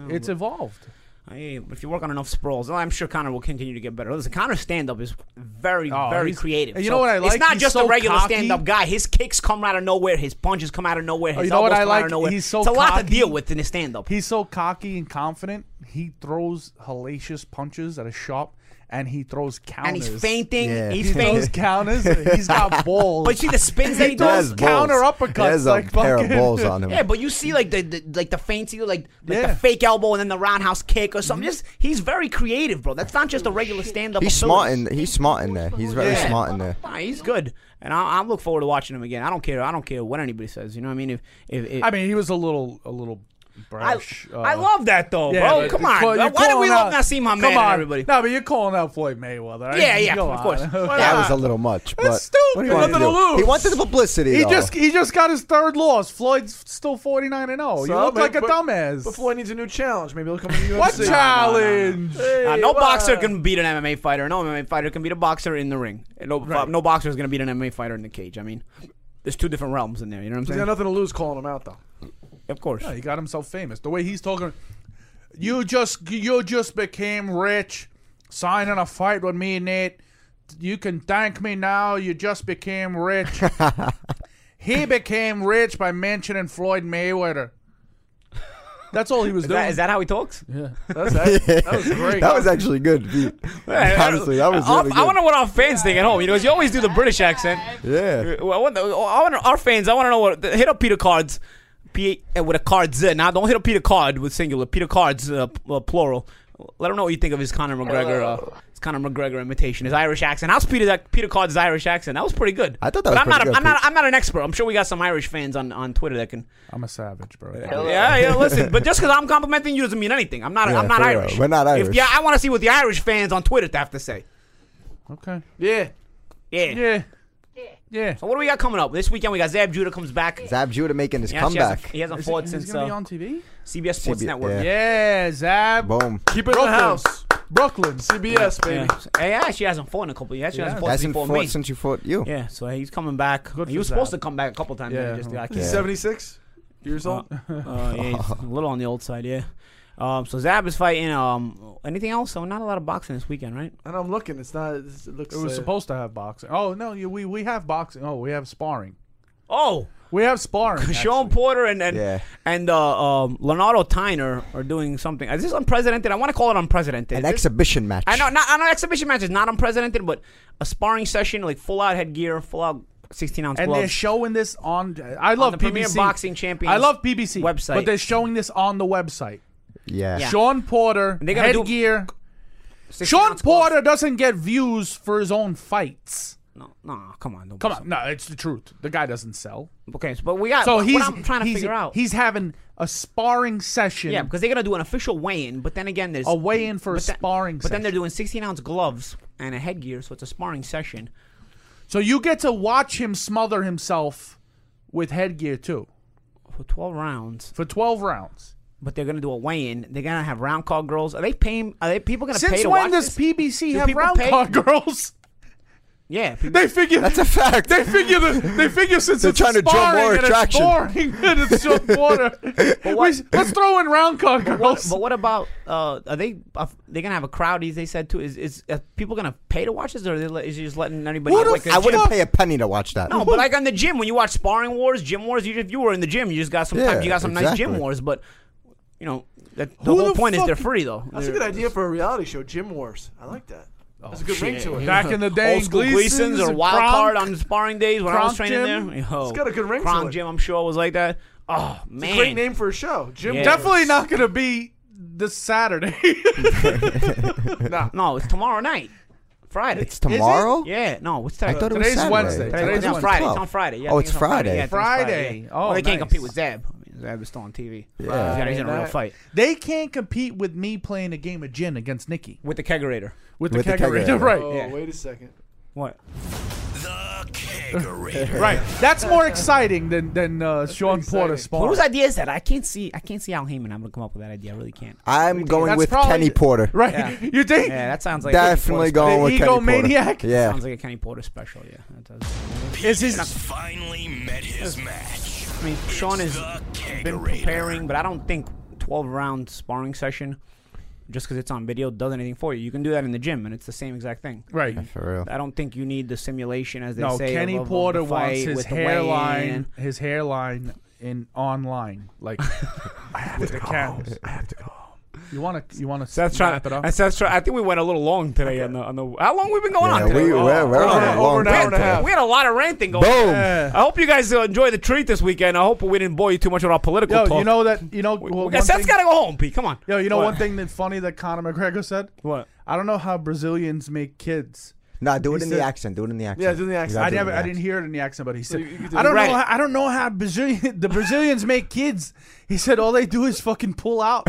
It's evolved. I hear you. But if you work on enough sprawls, I'm sure Connor will continue to get better. Listen, Connor's stand up is very, Oh, very he's- creative. and you So know what I like? It's not He's just so a regular cocky. stand up guy. His kicks come out of nowhere. His punches come out of nowhere. His Oh, you know what elbows I come out like? of nowhere. He's so it's a lot to cocky. deal with in his stand up. He's so cocky and confident. He throws hellacious punches at a shop, and he throws And counters. he's fainting. Yeah. He's He throws fainting. counters. He's [laughs] got balls. But you see the spins that he He has does. those balls. counter He has uppercuts, a like pair of fucking- balls on him. Yeah, but you see like the, the like the fancy like like the Yeah. fake elbow and then the roundhouse kick or something. Just he's very creative, bro. That's not just a regular stand up. he's smart in he's smart in there. He's very Yeah. smart in there. Nah, he's good, and I, I look forward to watching him again. I don't care. I don't care what anybody says. You know what I mean? If if, [laughs] if I mean, he was a little, a little I, brash. uh, I love that though, yeah, bro. but Come you're on, call- bro. you're why do we calling love out- Nassim Hamed Come and on. everybody? No, but you're calling out Floyd Mayweather. I Yeah, mean, yeah, come of on. [laughs] course. Why That not? was a little much. That's but stupid. What do you want to Nothing do? to lose. He wanted the publicity. He though. [laughs] just, he just got his third loss. Floyd's still 49 and 0. you So, look but- like a but- dumbass. But Floyd needs a new challenge. Maybe he'll come to [laughs] the UFC. what challenge? Nah, no why? boxer can beat an MMA fighter. No MMA fighter can beat a boxer in the ring. And No, no boxer is gonna beat an MMA fighter in the cage. I mean, there's two different realms in there. You know what He's I'm got saying? nothing to lose calling him out, though. Of course. He got himself famous. The way he's talking, you just you just became rich, signing a fight with me, Nate. You can thank me now. You just became rich. [laughs] he became rich by mentioning Floyd Mayweather. That's all he was Is doing. that, is that how he talks? That's, [laughs] that, that was great. that was actually good. dude. Honestly, that was Our- really I good. wonder what our fans think at home. You know, 'cause you always do the British accent. Yeah. Well, I wonder, I wonder our fans. I want to know what. Hit up Peter Cards, P uh, with a card Z. Now, don't hit up Peter Card with singular. Peter Cards, uh, p- uh, plural. Let him know what you think of his Conor McGregor. Uh, his Conor McGregor imitation, his Irish accent. How's Peter that Peter Card's Irish accent? That was pretty good. I thought that But was I'm not. pretty a, good, I'm not. Pete. I'm not an expert. I'm sure we got some Irish fans on, on Twitter that can. I'm a savage, bro. [laughs] Yeah, yeah. Listen, but just because I'm complimenting you doesn't mean anything. I'm not. Yeah, I'm not for real. Irish. We're not If, Irish. yeah, I want to see what the Irish fans on Twitter have to say. Okay. yeah. Yeah. Yeah. Yeah. So what do we got coming up this weekend? We got Zab Judah comes back. Zab Judah making his Yeah, she hasn't- comeback. He hasn't Is he- fought he's since gonna be uh, on TV. CBS Sports CB Network. yeah. Yeah, Zab. Boom. Keep it in the house. Brooklyn. CBS, baby. Yeah. So- yeah, she hasn't fought in a couple of years. She hasn't fought That's in before fought me. since you fought you. yeah, so he's coming back. Good he for was supposed to Zab. come back a couple times. Yeah. Yeah. Just, I He's can't. 76 years old. [laughs] Uh, yeah, he's a little on the old side, yeah. Um, so Zab is fighting. Um, anything else? So not a lot of boxing this weekend, right? and I'm looking. It's not. It's, it looks. It was uh, supposed to have boxing. Oh no, you- we we have boxing. Oh, we have sparring. Oh, [laughs] We have sparring. Sean Porter and and Yeah. and uh, um, Leonardo Tyner are doing something. Is this unprecedented? I want to call it unprecedented. An Is this- exhibition match. I know, not, I know exhibition matches not unprecedented, but a sparring session, like full out headgear, full out 16 ounce and gloves. they're showing this on. I love the PBC Premier Boxing Champions I love PBC website. but they're showing this on the website. Yeah. Yeah. Sean Porter they gotta do- headgear. 16 Sean ounce gloves. Porter doesn't get views for his own fights. No, no, come on, don't Come be on, no, it's the truth. The guy doesn't sell. so- Okay, so- but we got. So what he's I'm trying to he's, figure out. He's having a sparring session. yeah, because they're gonna do an official weigh-in, but then again, there's A weigh-in for a but then- sparring But then they're session. doing 16 ounce gloves and a headgear, so it's a sparring session. so you get to watch him smother himself with headgear too for 12 rounds, for twelve rounds. but they're gonna do a weigh-in. They're gonna have round call girls. Are they paying? Are they people gonna pay Since to when watch does this? PBC Do have people round pay- call [laughs] girls? yeah, people, They figure That's a fact. They figure the, they figure since They're it's trying to draw sparring more and attraction. It's boring [laughs] and it's short water. what- We- let's throw in round call girls. What, but what about? Uh, are they uh, they gonna have a crowd? As they said too, is is are people gonna pay to watch this, or are they, le- is you just letting anybody? What the like, fuck? [laughs] I wouldn't pay a penny to watch that. No, but [laughs] like on the gym when you watch sparring wars, gym wars, you just you were in the gym, you just got sometimes Yeah, you got some nice gym exactly. wars, but you know that, the Who whole the point is fuck- they're free though. That's a good idea for a reality show, Gym Wars. I like that. That's a good ring to it. Oh, Back in [laughs] the day, Old school Gleason's or Wild Card on sparring days when I was Kronk training gym. there. Yo, It's got a good ring to Kronk it. gym, I'm sure was like that. Oh man, Great name for a show, Gym Yeah. Wars. Definitely not going to be this [laughs] Saturday. No, it's tomorrow night, Friday. It's tomorrow? yeah, no, what's I today? thought it was Today's Saturday. Wednesday. I thought Today's it it's was on Friday. It's 12. on Friday. Yeah, I oh, think it's on Friday. Yeah, I think it's Friday. yeah. Oh, well, they can't nice. compete with Zeb. I mean, Zeb is still on TV. Yeah, he's in a real fight they can't compete with me playing a game of gin against Nikki with the kegerator. with the With the kegerator. kegerator. [laughs] Right. Oh, wait a second. What? The Kegerator. Right. That's more exciting than than uh, Sean Porter exciting. sparring. Whose idea is that? I can't see. I can't see Al Heyman. I'm gonna come up with that idea. I really can't. I'm going That's with probably- Kenny Porter. Right. Yeah. [laughs] You think? Yeah, that sounds like Definitely going with Kenny Porter. egomaniac? Yeah. Sounds like a Kenny Porter special. Yeah, that does. Is his He's finally met his match. I mean, Sean It's has the been Kegerator. preparing, but I don't think 12 round sparring session, just because it's on video, does anything for you. You can do that in the gym, and it's the same exact thing. right? For real. I don't think you need the simulation, as they No, say. Kenny of- of the Porter wants fight his with the hairline, weigh-in. his hairline in online, like [laughs] with Oh, the cameras. I have to go. You want to? You want to? That's trying. It up? That's, that's trying. I think we went a little long today on the on the. How long we been going Yeah, on? Today? we, we're, we're on yeah, a long over an hour time and a half. today. We had a lot of ranting going. on. Boom. Yeah. I hope you guys uh, enjoy the treat this weekend. I hope we didn't bore you too much with our political Yo, talk. you know that? You know we, well, we one got, Seth's thing- got to go home, Pete. Come on. Yo, you know What? one thing that funny that Conor McGregor said. What? I don't know how Brazilians make kids. Nah, do it in the said- accent. Do it in the accent. Yeah, do the accent. You gotta I do it in never, the I didn't accent. hear it in the accent, but he said, you can do "I it. don't Right. know, how, I don't know how Brazilian the Brazilians make kids." He said, "All they do is fucking pull out."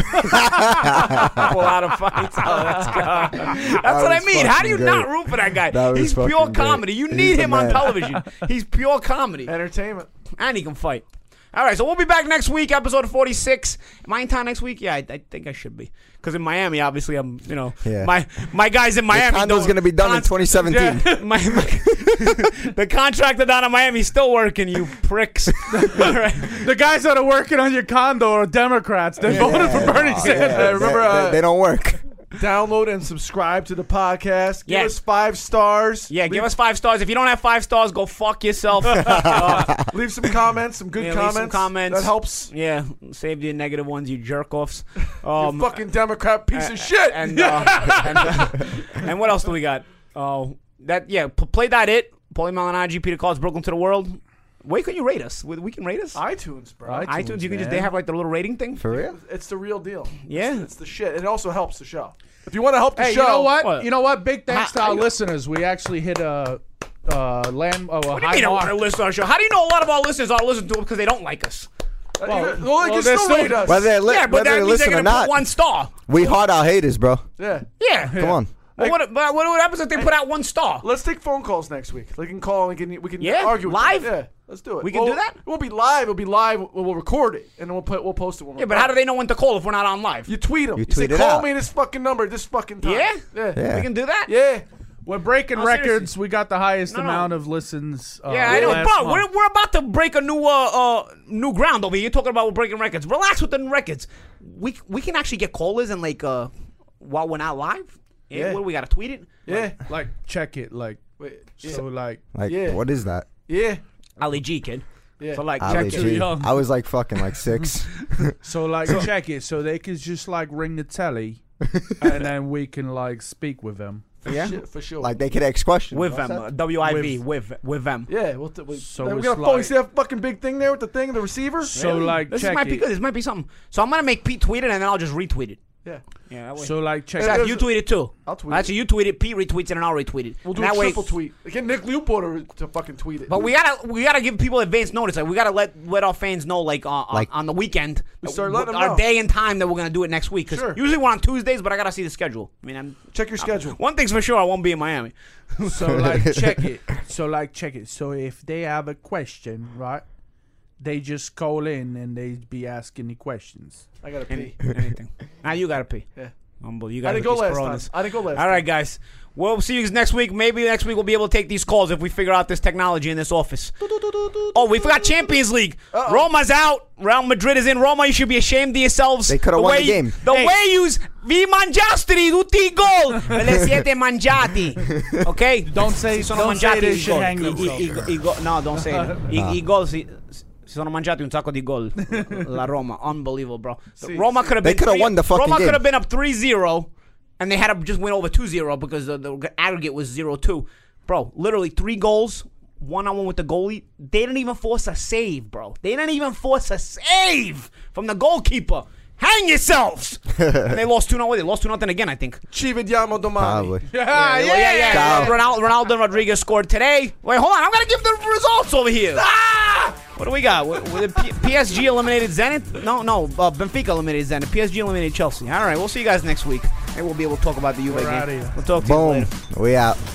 couple out of [laughs] fights. Oh, let's go. [laughs] That's what I was mean. How do fucking you not great. root for that guy? That was He's pure fucking great. comedy. You He's need the him on man. [laughs] television. He's pure comedy, Entertainment. and he can fight. All right, so we'll be back next week, episode forty-six. Am I in town next week? Yeah, I, I think I should be, because in Miami, obviously, I'm. You know, Yeah. my my guys in Miami. condo's don't- gonna be done in 2017. [laughs] Yeah, my, my- the contractor down in Miami's still working. You [laughs] pricks. [laughs] All right. [laughs] The guys that are working on your condo are Democrats. They voted [laughs] for Bernie Yeah, Sanders. they- remember, they, uh, they don't work. Download and subscribe to the podcast. Give Yes. us five stars. Yeah, give us five stars. If you don't have five stars, go [laughs] fuck yourself. Uh, Leave some comments, some good Yeah, leave some comments. comments. That helps. Yeah, save the negative ones, you jerk offs. [laughs] Um, you fucking Democrat piece of shit. and, uh, [laughs] and, uh, and what else do we got? Oh, that yeah, p- play that it. Paulie Malignaggi, Peter Calls, Brooklyn to the World. Where can you rate us? We, we can rate us. iTunes, bro. iTunes, iTunes, you can just man. they have like the little rating thing. For real? It's the real [laughs] deal. Yeah. It's, it's the shit. It also helps the show. If you want to help the Hey, show, you know what? What? You know what? Big thanks to I- our listeners. We actually hit a uh, land. Oh, a What do you high mean? I want mark. to listen to our show. How do you know a lot of our listeners are listening to it because they don't like us? Uh, Well, you can- well, well, you can there's still still- rate us. Whether they, li- yeah, but whether that they means they're listen gonna or not, put one star. we hard our haters, bro. yeah. Yeah. Come on. Well, what, but what, what happens if they put out one star? Let's take phone calls next week. They can call and we can, we can Yeah, argue with live? Them. Yeah, let's do it. We can Well, do that? It won't be live. It'll be live. We'll, we'll record it and then we'll put we'll post it. When Yeah, but how do they know when to call if we're not on live? You tweet them. You, tweet say, it "Call out." me this fucking number at this fucking time." Yeah? yeah, Yeah. We can do that. yeah. We're breaking No, records. seriously. We got the highest No, no. amount of listens. Uh, Yeah, I know, last bro. month. We're, we're about to break a new uh, uh new ground over here. You're talking about we're breaking records. Relax with the records. We we can actually get callers and like uh while we're not live. Yeah. Yeah. What do we gotta tweet it? yeah. like check it. Like Wait, yeah. so. Like Like, Yeah. what is that? yeah. Ali G kid. Yeah. So like I check was, it. G. young. I was like fucking like [laughs] six. so. Like check it. So they could just like ring the telly, and then we can like speak with them. Yeah. Shit, for sure. Like they could ask questions. With What's them, that? uh, W I V, with with them. yeah, we'll t- we, So we're it's gonna fucking like- see that fucking big thing there with the thing, the receiver. So like This check might be it. good. This might be something. So I'm gonna make Pete tweet it, and then I'll just retweet it. yeah, Yeah, that way. So like check. it. Exactly. Seth, you tweet it too. I'll tweet Well, Actually, you tweet it. Pete retweets it, and I'll retweet it. we'll do And a that way- triple tweet. Get Nick Leopold to, to fucking tweet it. But we gotta we gotta give people advance notice. Like we gotta let let our fans know like, uh, Like- on the weekend We start letting them our know. day and time that we're gonna do it next week. 'Cause Sure. usually we're on Tuesdays, but I gotta see the schedule. I mean, I'm check your schedule. one thing's for sure, I won't be in [laughs] Miami. So like check it. So like check it. So if they have a question, right? They just call in and they be asking the questions. I gotta pee. Anything. now you gotta pee. Yeah. Humble, you gotta didn't go be last scrolling time. this. I didn't go last All right, guys. We'll see you guys next week. Maybe next week we'll be able to take these calls if we figure out this technology in this office. Oh, we forgot Champions League. Roma's out. Real Madrid is in. Roma, you should be ashamed of yourselves. They coulda The won the way- game. The way you vi mangiastri tutti i [laughs] gol. Ve le siete mangiati. Okay? Don't say- Si sono don't say mangiati they i should gol. hang I- i- themselves. i- i- i gol- No, don't say it. I, [laughs] Ah. I gol si, si sono mangiati un sacco di gol. La Roma. Unbelievable, bro. Roma could have They been coulda three- won the fucking Roma game. could have been up 3-0 and they had to just win over 2-0 because the, the aggregate was 0-2. Bro, literally three goals, one on one with the goalie. They didn't even force a save, bro. They didn't even force a save from the goalkeeper. [laughs] Hang yourselves! and they lost 2 0. They lost 2 nothing again, I think. Chividiamo domani. Probably. [laughs] Yeah, yeah, yeah. yeah. Ronaldo, Ronaldo and Rodriguez scored today. Wait, hold on. I'm going to give the results over here. Ah! What do we got? What, what, P- PSG eliminated Zenit? No, no. Uh, Benfica eliminated Zenit. PSG eliminated Chelsea. All right, we'll see you guys next week. And we'll be able to talk about the UVA outta game. here. We'll talk to you Boom. later. We out.